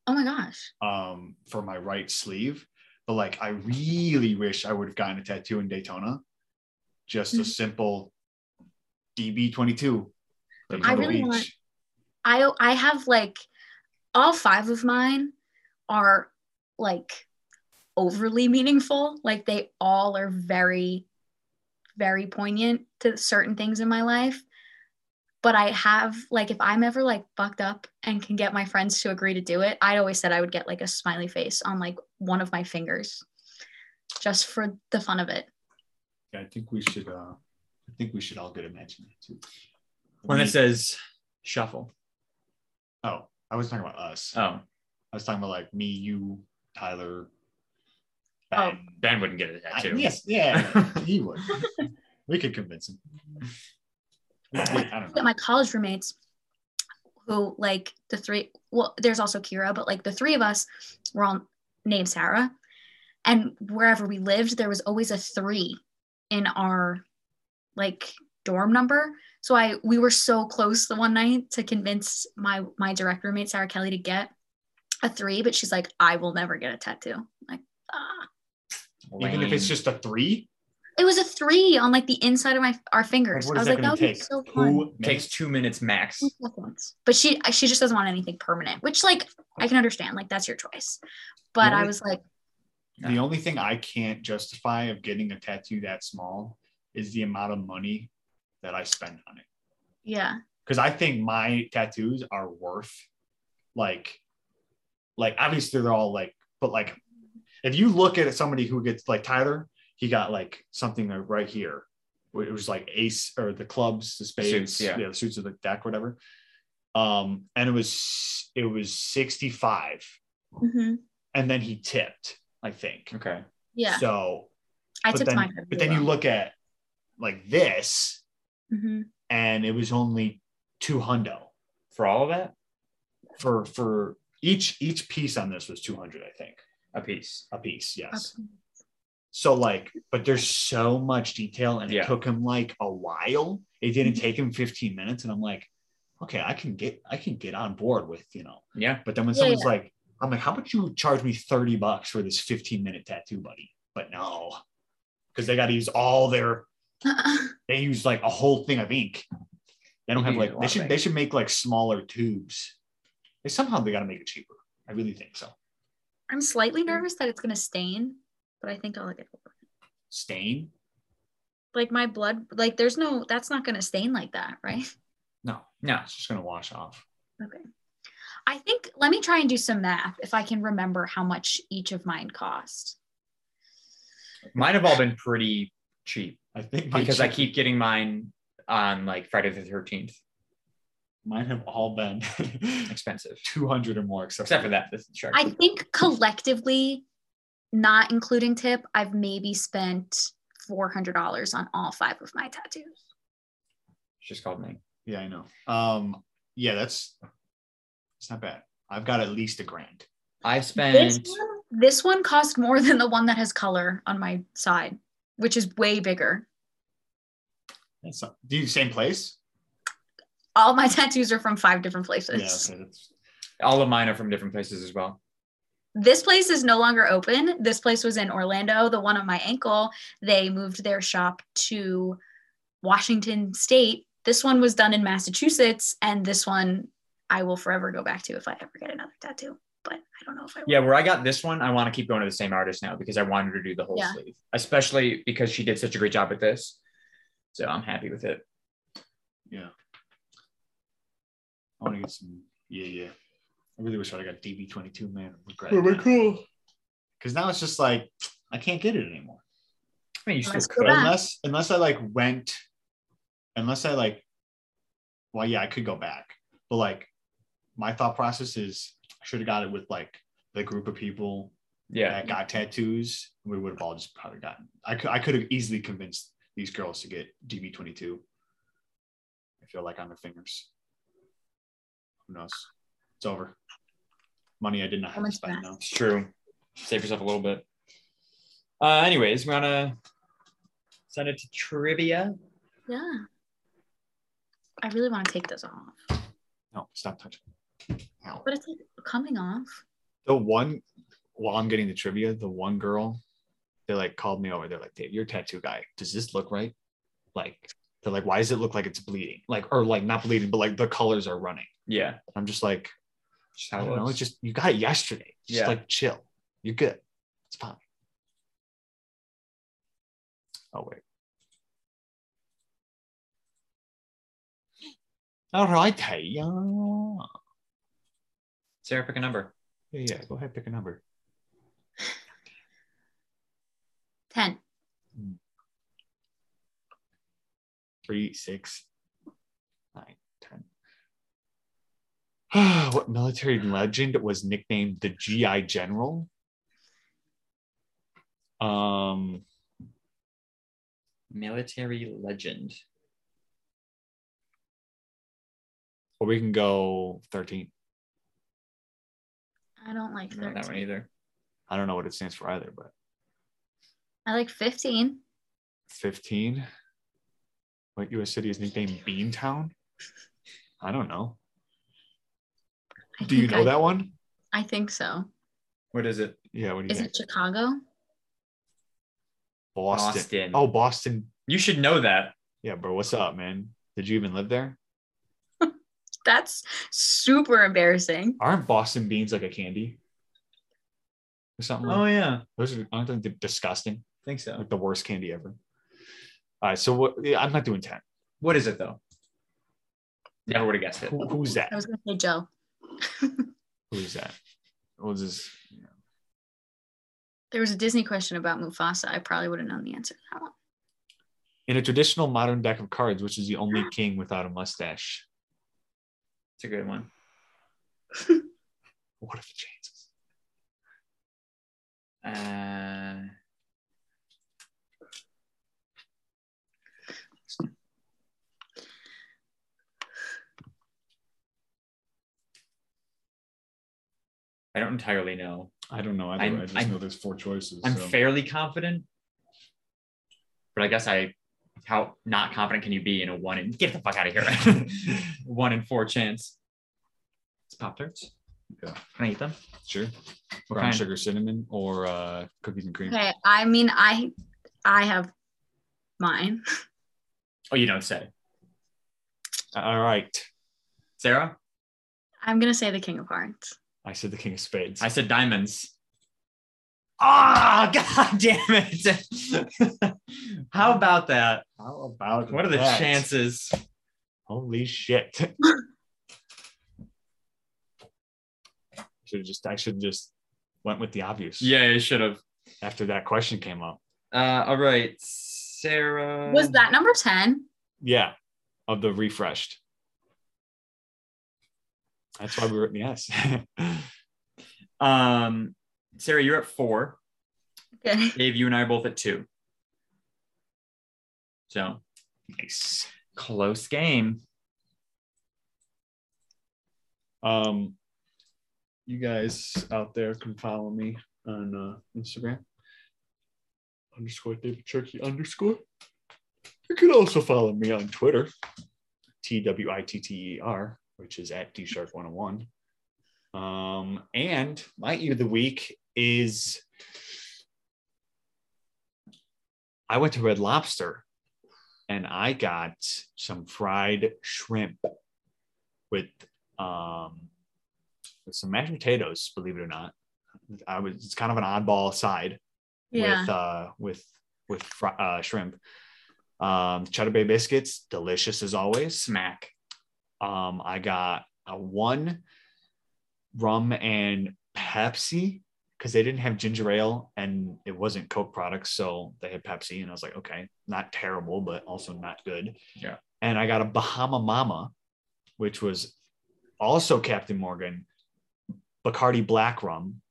[SPEAKER 3] Oh my gosh,
[SPEAKER 2] um, for my right sleeve, but like, I really wish I would have gotten a tattoo in Daytona, just a
[SPEAKER 3] Mhm.
[SPEAKER 2] simple DB22.
[SPEAKER 1] I
[SPEAKER 2] Daytona
[SPEAKER 3] really want- I I have like all five of mine are like overly meaningful. Like they all are very, very poignant to certain things in my life. But I have like if I'm ever like fucked up and can get my friends to agree to do it, I always said I would get like a smiley face on like one of my fingers just for the fun of it.
[SPEAKER 2] Yeah, I think we should. Uh, I think we should all get a matching tattoo.
[SPEAKER 1] One that
[SPEAKER 2] Me-
[SPEAKER 1] says shuffle.
[SPEAKER 2] oh, I was talking about us.
[SPEAKER 1] Oh,
[SPEAKER 2] I was talking about like me, you, Tyler.
[SPEAKER 3] Oh.
[SPEAKER 2] Ben.
[SPEAKER 1] Ben wouldn't get a
[SPEAKER 2] I-
[SPEAKER 1] tattoo.
[SPEAKER 2] yes, yeah, he would. We could convince him. We could- I don't
[SPEAKER 3] at
[SPEAKER 2] know.
[SPEAKER 3] my college roommates who like the three well there's also kira but like the three of us were all named sarah and wherever we lived there was always a three in our like dorm number so i we were so close the one night to convince my my direct roommate sarah kelly to get a three but she's like i will never get a tattoo I'm like ah.
[SPEAKER 2] Even if it's
[SPEAKER 1] Lame.
[SPEAKER 2] just a three,
[SPEAKER 3] it was a three on like the inside of my our fingers
[SPEAKER 2] like, what
[SPEAKER 3] i
[SPEAKER 2] is
[SPEAKER 3] was
[SPEAKER 2] that
[SPEAKER 3] like that
[SPEAKER 2] going
[SPEAKER 3] would be
[SPEAKER 2] to take?
[SPEAKER 3] so fun
[SPEAKER 2] Two
[SPEAKER 1] takes
[SPEAKER 2] minutes?
[SPEAKER 1] two minutes max.
[SPEAKER 3] Hmm. once. But she she just doesn't want anything permanent, which like I can understand. Like that's your choice. But I
[SPEAKER 2] Yeah.
[SPEAKER 3] was like,
[SPEAKER 2] The only thing I can't justify of getting a tattoo that small is the amount of money that I spend on it.
[SPEAKER 3] yeah,
[SPEAKER 2] because I think my tattoos are worth like like obviously they're all like but like if you look at somebody who gets like Tyler he got like something right here. It was like ace or the clubs, the spades,
[SPEAKER 1] Suits, yeah.
[SPEAKER 2] the suits of the deck, whatever. Um, and it was it was 65.
[SPEAKER 3] hmm
[SPEAKER 2] And then he tipped, I think.
[SPEAKER 1] Okay.
[SPEAKER 3] Yeah.
[SPEAKER 2] So
[SPEAKER 3] I
[SPEAKER 2] but
[SPEAKER 3] tipped
[SPEAKER 2] then,
[SPEAKER 3] mine.
[SPEAKER 2] but then you look at like this,
[SPEAKER 3] hmm
[SPEAKER 2] and it was only two hundo
[SPEAKER 1] For all of that,
[SPEAKER 2] for for each each piece on this was 200, I think,
[SPEAKER 1] a piece.
[SPEAKER 2] a piece. Yes. So like, but there's so much detail, and it
[SPEAKER 1] Yeah.
[SPEAKER 2] took him like a while. It didn't
[SPEAKER 3] Mhm.
[SPEAKER 2] take him 15 minutes, and I'm like, okay, I can get I can get on board with you know.
[SPEAKER 1] Yeah.
[SPEAKER 2] But then when
[SPEAKER 3] Yeah,
[SPEAKER 2] someone's like, I'm like, how about you charge me 30 bucks for this 15 minute tattoo, buddy? But no, because they got to use all their they use like a whole thing of ink. They don't
[SPEAKER 1] You
[SPEAKER 2] have
[SPEAKER 1] can
[SPEAKER 2] like
[SPEAKER 1] use a lot
[SPEAKER 2] they
[SPEAKER 1] of
[SPEAKER 2] should
[SPEAKER 1] ink.
[SPEAKER 2] they should make like smaller tubes. They somehow they got to make it cheaper. I really think so.
[SPEAKER 3] I'm slightly nervous that it's gonna stain, but I think I'll get over. it.
[SPEAKER 2] Stain?
[SPEAKER 3] Like my blood, like there's no, that's not gonna stain like that, right?
[SPEAKER 2] No,
[SPEAKER 1] No.
[SPEAKER 2] it's just gonna wash off.
[SPEAKER 3] Okay. I think let me try and do some math if I can remember how much each of mine cost.
[SPEAKER 1] Mine have all been pretty cheap
[SPEAKER 2] I think my
[SPEAKER 1] because I
[SPEAKER 2] check-
[SPEAKER 1] keep getting mine on like Friday the 13th.
[SPEAKER 2] mine have all been
[SPEAKER 1] Expensive.
[SPEAKER 2] 200 or more except,
[SPEAKER 1] Except for that. This is shark.
[SPEAKER 3] I think collectively, not including tip, I've maybe spent four hundred dollars on all five of my tattoos.
[SPEAKER 1] It's just called me.
[SPEAKER 2] Yeah, I know. Um, yeah, that's it's not bad. I've got at least a grand.
[SPEAKER 1] I've
[SPEAKER 3] This
[SPEAKER 1] spent
[SPEAKER 3] one, this one cost more than the one that has color on my side, which is way bigger.
[SPEAKER 2] That's not, do you same place?
[SPEAKER 3] All my tattoos are from five different places.
[SPEAKER 2] yeah, okay, that's,
[SPEAKER 1] all of mine are from different places as well.
[SPEAKER 3] this place is no longer open. This place was in Orlando. The one on my ankle, they moved their shop to Washington State. This one was done in Massachusetts, and this one I will forever go back to if I ever get another tattoo. But I don't know if I will.
[SPEAKER 1] Yeah, where I got this one, I want to keep going to the same artist now because I wanted her to do the whole
[SPEAKER 3] Yeah.
[SPEAKER 1] sleeve, especially because she did such a great job with this. So I'm happy with it.
[SPEAKER 2] yeah. I want to get some. Yeah, yeah. I really wish I got DB22, man. I regret it now.
[SPEAKER 1] cool.
[SPEAKER 2] because now it's just like I can't get it anymore.
[SPEAKER 1] I mean, you still
[SPEAKER 3] Let's
[SPEAKER 1] could.
[SPEAKER 3] go back.
[SPEAKER 2] Unless unless I like went, unless I like, well, yeah, I could go back, but like my thought process is I should have got it with like the group of people
[SPEAKER 1] Yeah.
[SPEAKER 2] that got tattoos. We would have all just probably gotten. I could I could have easily convinced these girls to get DB22. I feel like on their fingers. Who knows? It's over. Money I did not
[SPEAKER 3] How
[SPEAKER 2] have to
[SPEAKER 3] much
[SPEAKER 2] spend
[SPEAKER 3] that?
[SPEAKER 2] now.
[SPEAKER 1] It's true. Save yourself a little bit. Uh, anyways, we're gonna send it to trivia.
[SPEAKER 3] Yeah. I really want to take those off,
[SPEAKER 2] No, stop touching. Ow.
[SPEAKER 3] but it's like coming off.
[SPEAKER 2] the one while I'm getting the trivia, the one girl, they like called me over. They're like, Dave, you're a tattoo guy. Does this look right? Like, they're like, why does it look like it's bleeding? Like, or like not bleeding, but like the colors are running.
[SPEAKER 1] Yeah.
[SPEAKER 2] I'm just like,
[SPEAKER 1] Just
[SPEAKER 2] I
[SPEAKER 1] how it
[SPEAKER 2] don't know.
[SPEAKER 1] looks.
[SPEAKER 2] It's just you got it yesterday. Just
[SPEAKER 1] Yeah.
[SPEAKER 2] like chill. You're good. It's fine. Oh wait. All right, hey, yeah.
[SPEAKER 1] Sarah, pick a number.
[SPEAKER 2] Yeah, yeah, go ahead, pick a number.
[SPEAKER 3] 10.
[SPEAKER 2] three, six, nine, ten. what military legend was nicknamed the GI General? Um,
[SPEAKER 1] Military legend.
[SPEAKER 2] or we can go 13.
[SPEAKER 3] I don't like
[SPEAKER 1] I don't know
[SPEAKER 3] 13.
[SPEAKER 1] that one either.
[SPEAKER 2] I don't know what it stands for either, but
[SPEAKER 3] I like 15.
[SPEAKER 2] 15. What U.S. city is nicknamed Beantown? I don't know.
[SPEAKER 3] I
[SPEAKER 2] Do you
[SPEAKER 3] think
[SPEAKER 2] know
[SPEAKER 3] I-
[SPEAKER 2] that one?
[SPEAKER 3] I think so.
[SPEAKER 1] What is it?
[SPEAKER 2] Yeah, what do you
[SPEAKER 3] Is
[SPEAKER 2] think?
[SPEAKER 3] it Chicago?
[SPEAKER 2] Boston.
[SPEAKER 1] Boston.
[SPEAKER 2] Oh, Boston.
[SPEAKER 1] You should know that.
[SPEAKER 2] Yeah, bro, what's up, man? Did you even live there?
[SPEAKER 3] That's super embarrassing.
[SPEAKER 2] Aren't Boston beans like a candy? Or something like
[SPEAKER 1] Oh, yeah.
[SPEAKER 2] Those are, aren't they disgusting?
[SPEAKER 1] think so.
[SPEAKER 2] Like the worst candy ever. All right, so what? yeah, I'm not doing ten.
[SPEAKER 1] What is it though? Never would have guessed it.
[SPEAKER 2] Who, who's that?
[SPEAKER 3] I was going to say Joe.
[SPEAKER 2] Who's that? We'll just
[SPEAKER 3] there was a Disney question about Mufasa, I probably would have known the answer to that one.
[SPEAKER 2] In a traditional modern deck of cards, which is the only king without a mustache?
[SPEAKER 1] It's a good one.
[SPEAKER 2] What are the chances?
[SPEAKER 1] Uh, I don't entirely know.
[SPEAKER 4] I don't know. Either. i
[SPEAKER 1] I'm-
[SPEAKER 4] just
[SPEAKER 1] I'm-
[SPEAKER 4] know there's four choices.
[SPEAKER 1] I'm
[SPEAKER 4] so.
[SPEAKER 1] fairly confident, but I guess I how not confident can you be in a one and get the fuck out of here? one in four chance. It's pop tarts.
[SPEAKER 4] Yeah.
[SPEAKER 1] Can I eat them?
[SPEAKER 4] Sure.
[SPEAKER 1] What
[SPEAKER 4] Brown
[SPEAKER 1] kind?
[SPEAKER 4] sugar, cinnamon, or uh, cookies and cream.
[SPEAKER 2] Hmm.
[SPEAKER 3] Okay, I mean, I I have mine.
[SPEAKER 1] Oh, you don't say.
[SPEAKER 2] All right.
[SPEAKER 1] Sarah,
[SPEAKER 3] I'm gonna say the King of Hearts.
[SPEAKER 2] I said the king of spades.
[SPEAKER 1] I said diamonds. Ah, god damn it. How about that?
[SPEAKER 4] How about
[SPEAKER 1] What are the
[SPEAKER 4] that?
[SPEAKER 1] chances?
[SPEAKER 2] Holy shit. should have just I should have just went with the obvious.
[SPEAKER 1] Yeah, you should have.
[SPEAKER 2] After that question came up.
[SPEAKER 1] Uh, all right, Sarah.
[SPEAKER 3] Was that number 10?
[SPEAKER 2] Yeah. Of the refreshed. That's why we were yes.
[SPEAKER 1] Um, Sarah, you're at four.
[SPEAKER 3] Okay.
[SPEAKER 1] Dave, you and I are both at two. So
[SPEAKER 2] nice.
[SPEAKER 1] close game.
[SPEAKER 4] Um, you guys out there can follow me on uh, Instagram. Underscore David Turkey underscore. You can also follow me on Twitter,
[SPEAKER 2] T W I T T E R, which is at D Shark 101. Um, and my eat of the week is I went to Red Lobster and I got some fried shrimp with um with some mashed potatoes, believe it or not. I was it's kind of an oddball side
[SPEAKER 3] Yeah.
[SPEAKER 2] with uh with with fr- uh, shrimp. Um, cheddar bay biscuits, delicious as always.
[SPEAKER 1] Smack.
[SPEAKER 2] Um, I got a one rum and Pepsi because they didn't have ginger ale and it wasn't Coke products, so they had Pepsi, and I was like, okay, not terrible, but also not good.
[SPEAKER 1] Yeah.
[SPEAKER 2] And I got a Bahama Mama, which was also Captain Morgan, Bacardi Black Rum,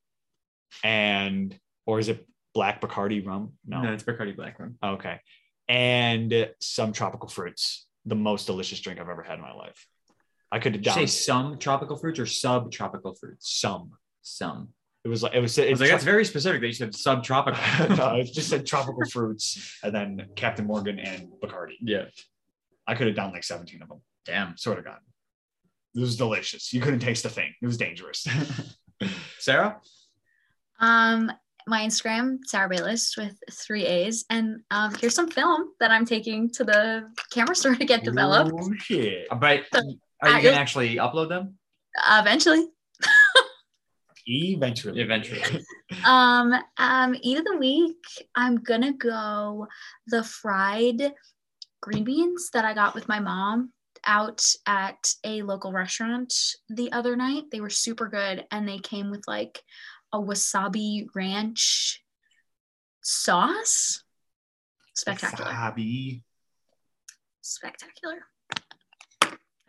[SPEAKER 2] and or is it Black Bacardi Rum?
[SPEAKER 1] No, it's Bacardi Black Rum.
[SPEAKER 2] Okay. And some tropical fruits, the most delicious drink I've ever had in my life. I could have
[SPEAKER 1] Did you say
[SPEAKER 2] died.
[SPEAKER 1] some tropical fruits or subtropical fruits?
[SPEAKER 2] Some.
[SPEAKER 1] Some.
[SPEAKER 2] It was like it was.
[SPEAKER 1] I was
[SPEAKER 2] It's
[SPEAKER 1] like, that's very specific. They said subtropical.
[SPEAKER 2] no, it just said tropical fruits, and then Captain Morgan and Bacardi.
[SPEAKER 1] yeah.
[SPEAKER 2] I could have done like seventeen of them.
[SPEAKER 1] Damn.
[SPEAKER 2] Sort of God, it was delicious. You couldn't taste a thing. It was dangerous.
[SPEAKER 1] Sarah?
[SPEAKER 3] Um, my Instagram, Sour List with three A's. And um, here's some film that I'm taking to the camera store to get developed
[SPEAKER 2] Oh shit!
[SPEAKER 1] But are you
[SPEAKER 3] I-
[SPEAKER 1] going to actually upload them?
[SPEAKER 3] uh, eventually.
[SPEAKER 2] Eventually,
[SPEAKER 1] Eventually.
[SPEAKER 3] Um, um, eat of the week, I'm gonna go the fried green beans that I got with my mom out at a local restaurant the other night. They were super good and they came with like a wasabi ranch sauce. Spectacular.
[SPEAKER 2] Wasabi.
[SPEAKER 3] Spectacular.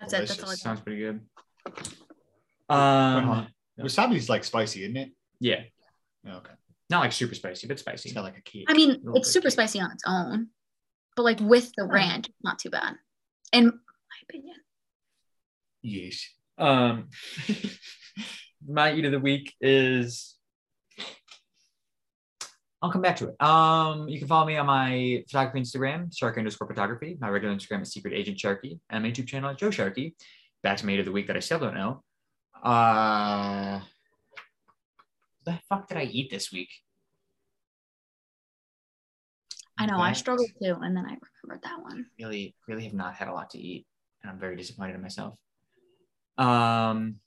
[SPEAKER 3] That's it. That's all I got.
[SPEAKER 1] Sounds pretty good. Um,
[SPEAKER 2] Uh-huh. Wasabi's like spicy, isn't it?
[SPEAKER 1] yeah.
[SPEAKER 2] Okay,
[SPEAKER 1] Not like super spicy, but
[SPEAKER 2] it's
[SPEAKER 1] spicy.
[SPEAKER 2] got like a kick.
[SPEAKER 3] I mean,
[SPEAKER 1] little
[SPEAKER 3] it's
[SPEAKER 1] bit
[SPEAKER 3] super
[SPEAKER 1] cake.
[SPEAKER 3] spicy on its own, but like with the ranch, not too bad, in my opinion.
[SPEAKER 2] Yes.
[SPEAKER 1] Um, my eat of the week is. I'll come back to it. Um, you can follow me on my photography Instagram, Sharky underscore photography. My regular Instagram is Secret Agent Sharky, and my YouTube channel is Joe Sharky. Back to my eat of the week that I still don't know. Uh, the fuck did I eat this week?
[SPEAKER 3] I know I
[SPEAKER 1] That-
[SPEAKER 3] struggled too, and then I remembered that one.
[SPEAKER 1] really really have not had a lot to eat and i'm very disappointed in myself um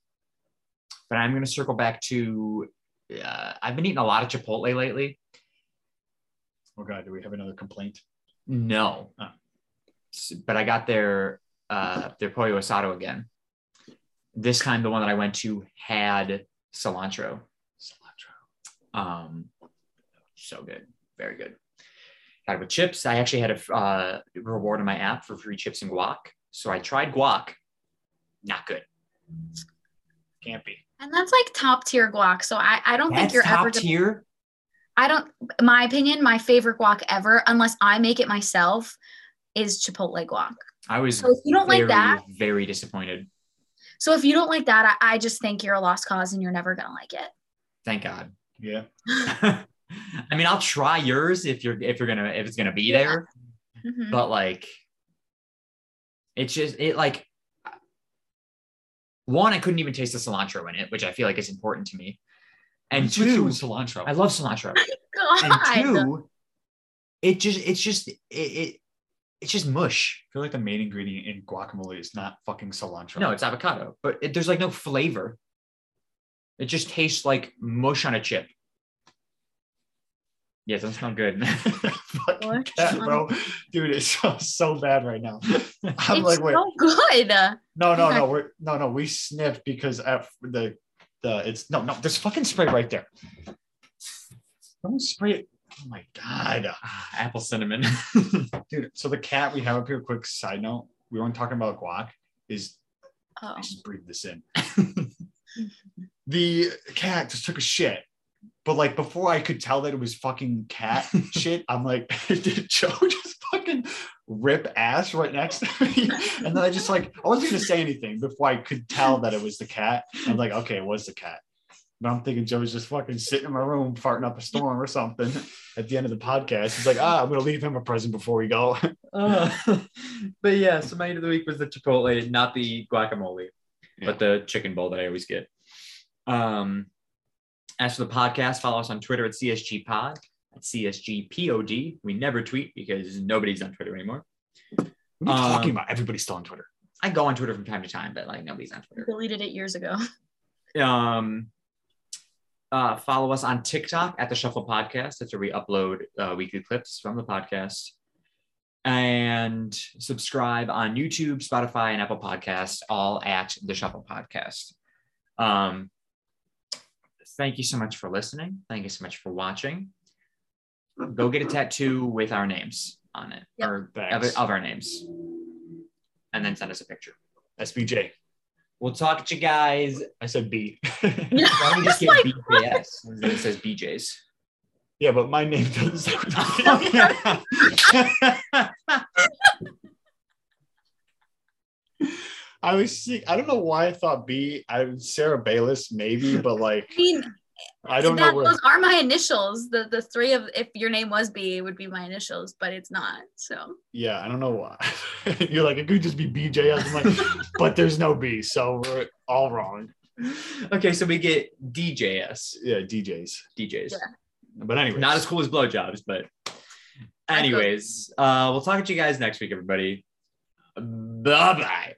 [SPEAKER 1] but i'm going to circle back to uh, i've been eating a lot of chipotle lately
[SPEAKER 4] Oh God, do we have another complaint?
[SPEAKER 1] no
[SPEAKER 4] Oh.
[SPEAKER 1] S- but i got their uh their pollo asado again this time the one that i went to had cilantro
[SPEAKER 4] Cilantro.
[SPEAKER 1] um So good. Very good. Had it with chips. I actually had a uh, reward on my app for free chips and guac. So I tried guac. Not good.
[SPEAKER 2] Can't be.
[SPEAKER 3] And that's like top tier guac. So I, I don't think
[SPEAKER 1] That's
[SPEAKER 3] you're ever
[SPEAKER 1] top
[SPEAKER 3] gonna
[SPEAKER 1] tier.
[SPEAKER 3] I don't my opinion, my favorite guac ever, unless I make it myself, is Chipotle guac.
[SPEAKER 1] I was
[SPEAKER 3] So if Oh, you don't
[SPEAKER 1] very,
[SPEAKER 3] like that,
[SPEAKER 1] very disappointed.
[SPEAKER 3] so if you don't like that, I, I just think you're a lost cause and you're never gonna like it.
[SPEAKER 1] Thank God.
[SPEAKER 2] Yeah.
[SPEAKER 1] I mean, I'll try yours if you're if you're gonna if it's gonna be
[SPEAKER 3] Yeah.
[SPEAKER 1] there.
[SPEAKER 3] Mhm.
[SPEAKER 1] but like it's just it like one i couldn't even taste the cilantro in it which i feel like is important to me and
[SPEAKER 2] What's with you
[SPEAKER 1] two
[SPEAKER 2] and cilantro.
[SPEAKER 1] i love cilantro and
[SPEAKER 3] God.
[SPEAKER 1] two it just it's just it, it it's just mush
[SPEAKER 2] I feel like the main ingredient in guacamole is not fucking cilantro.
[SPEAKER 1] no it's avocado but it, there's like no flavor it just tastes like mush on a chip yeah it doesn't smell good
[SPEAKER 2] Fuck
[SPEAKER 3] Or-
[SPEAKER 2] that, bro. Dude, it's so, so bad right now. I'm
[SPEAKER 3] it's
[SPEAKER 2] like, wait,
[SPEAKER 3] so good.
[SPEAKER 2] no, no,
[SPEAKER 3] okay.
[SPEAKER 2] no, we're no, no. We sniffed because at the the it's no, no. There's fucking spray right there. Don't spray it. Oh my god,
[SPEAKER 1] Ah, apple cinnamon
[SPEAKER 2] dude. So the cat we have up here. Quick side note: we weren't talking about guac. Is
[SPEAKER 3] Oh.
[SPEAKER 2] I just breathed this in. the cat just took a shit. But like before I could tell that it was fucking cat shit, I'm like, did Joe just fucking rip ass right next to me? And then I just like, I wasn't gonna say anything before I could tell that it was the cat. I'm like, okay, it was the cat. But I'm thinking Joe was just fucking sitting in my room farting up a storm or something at the end of the podcast. He's like, ah, I'm gonna leave him a present before we go.
[SPEAKER 1] Uh, but yeah, so my end of the week was the Chipotle, not the guacamole,
[SPEAKER 2] Yeah.
[SPEAKER 1] but the chicken bowl that I always get. Um, as for the podcast, follow us on Twitter at CSG Pod, at CSG POD. We never tweet because nobody's on Twitter anymore.
[SPEAKER 2] What are you talking
[SPEAKER 1] Um,
[SPEAKER 2] about? Everybody's still on Twitter.
[SPEAKER 1] I go on Twitter from time to time, but like nobody's on Twitter.
[SPEAKER 3] Deleted it years ago.
[SPEAKER 1] um uh, follow us on TikTok at the Shuffle Podcast. That's where we upload uh, weekly clips from the podcast. And subscribe on YouTube, Spotify, and Apple Podcasts, all at the Shuffle Podcast. Um, thank you so much for listening. Thank you so much for watching. Go get a tattoo with our names on it,
[SPEAKER 3] Yep.
[SPEAKER 1] or of,
[SPEAKER 2] Thanks.
[SPEAKER 1] of our names, and then send us a picture.
[SPEAKER 2] SBJ.
[SPEAKER 1] We'll talk to you guys
[SPEAKER 2] I said B.
[SPEAKER 1] Why don't we just
[SPEAKER 3] It's
[SPEAKER 1] get
[SPEAKER 3] like,
[SPEAKER 1] BJS? And then It says BJ's.
[SPEAKER 2] Yeah, but my name doesn't start with
[SPEAKER 1] Oh,
[SPEAKER 2] B. I was sick. I don't know why I thought B. I Sarah Bayless maybe, but like
[SPEAKER 3] I mean,
[SPEAKER 2] I don't know
[SPEAKER 3] that,
[SPEAKER 2] where.
[SPEAKER 3] those are my initials. The the three of if your name was B, it would be my initials, but it's not. So
[SPEAKER 2] Yeah, I don't know why. You're like it could just be BJS. I'm like, but there's no B, so we're all wrong.
[SPEAKER 1] Okay, so we get DJS.
[SPEAKER 2] Yeah, DJs.
[SPEAKER 1] DJs.
[SPEAKER 2] But anyway,
[SPEAKER 1] Not as cool as blowjobs, but anyways, uh, we'll talk to you guys next week, everybody. Bye bye.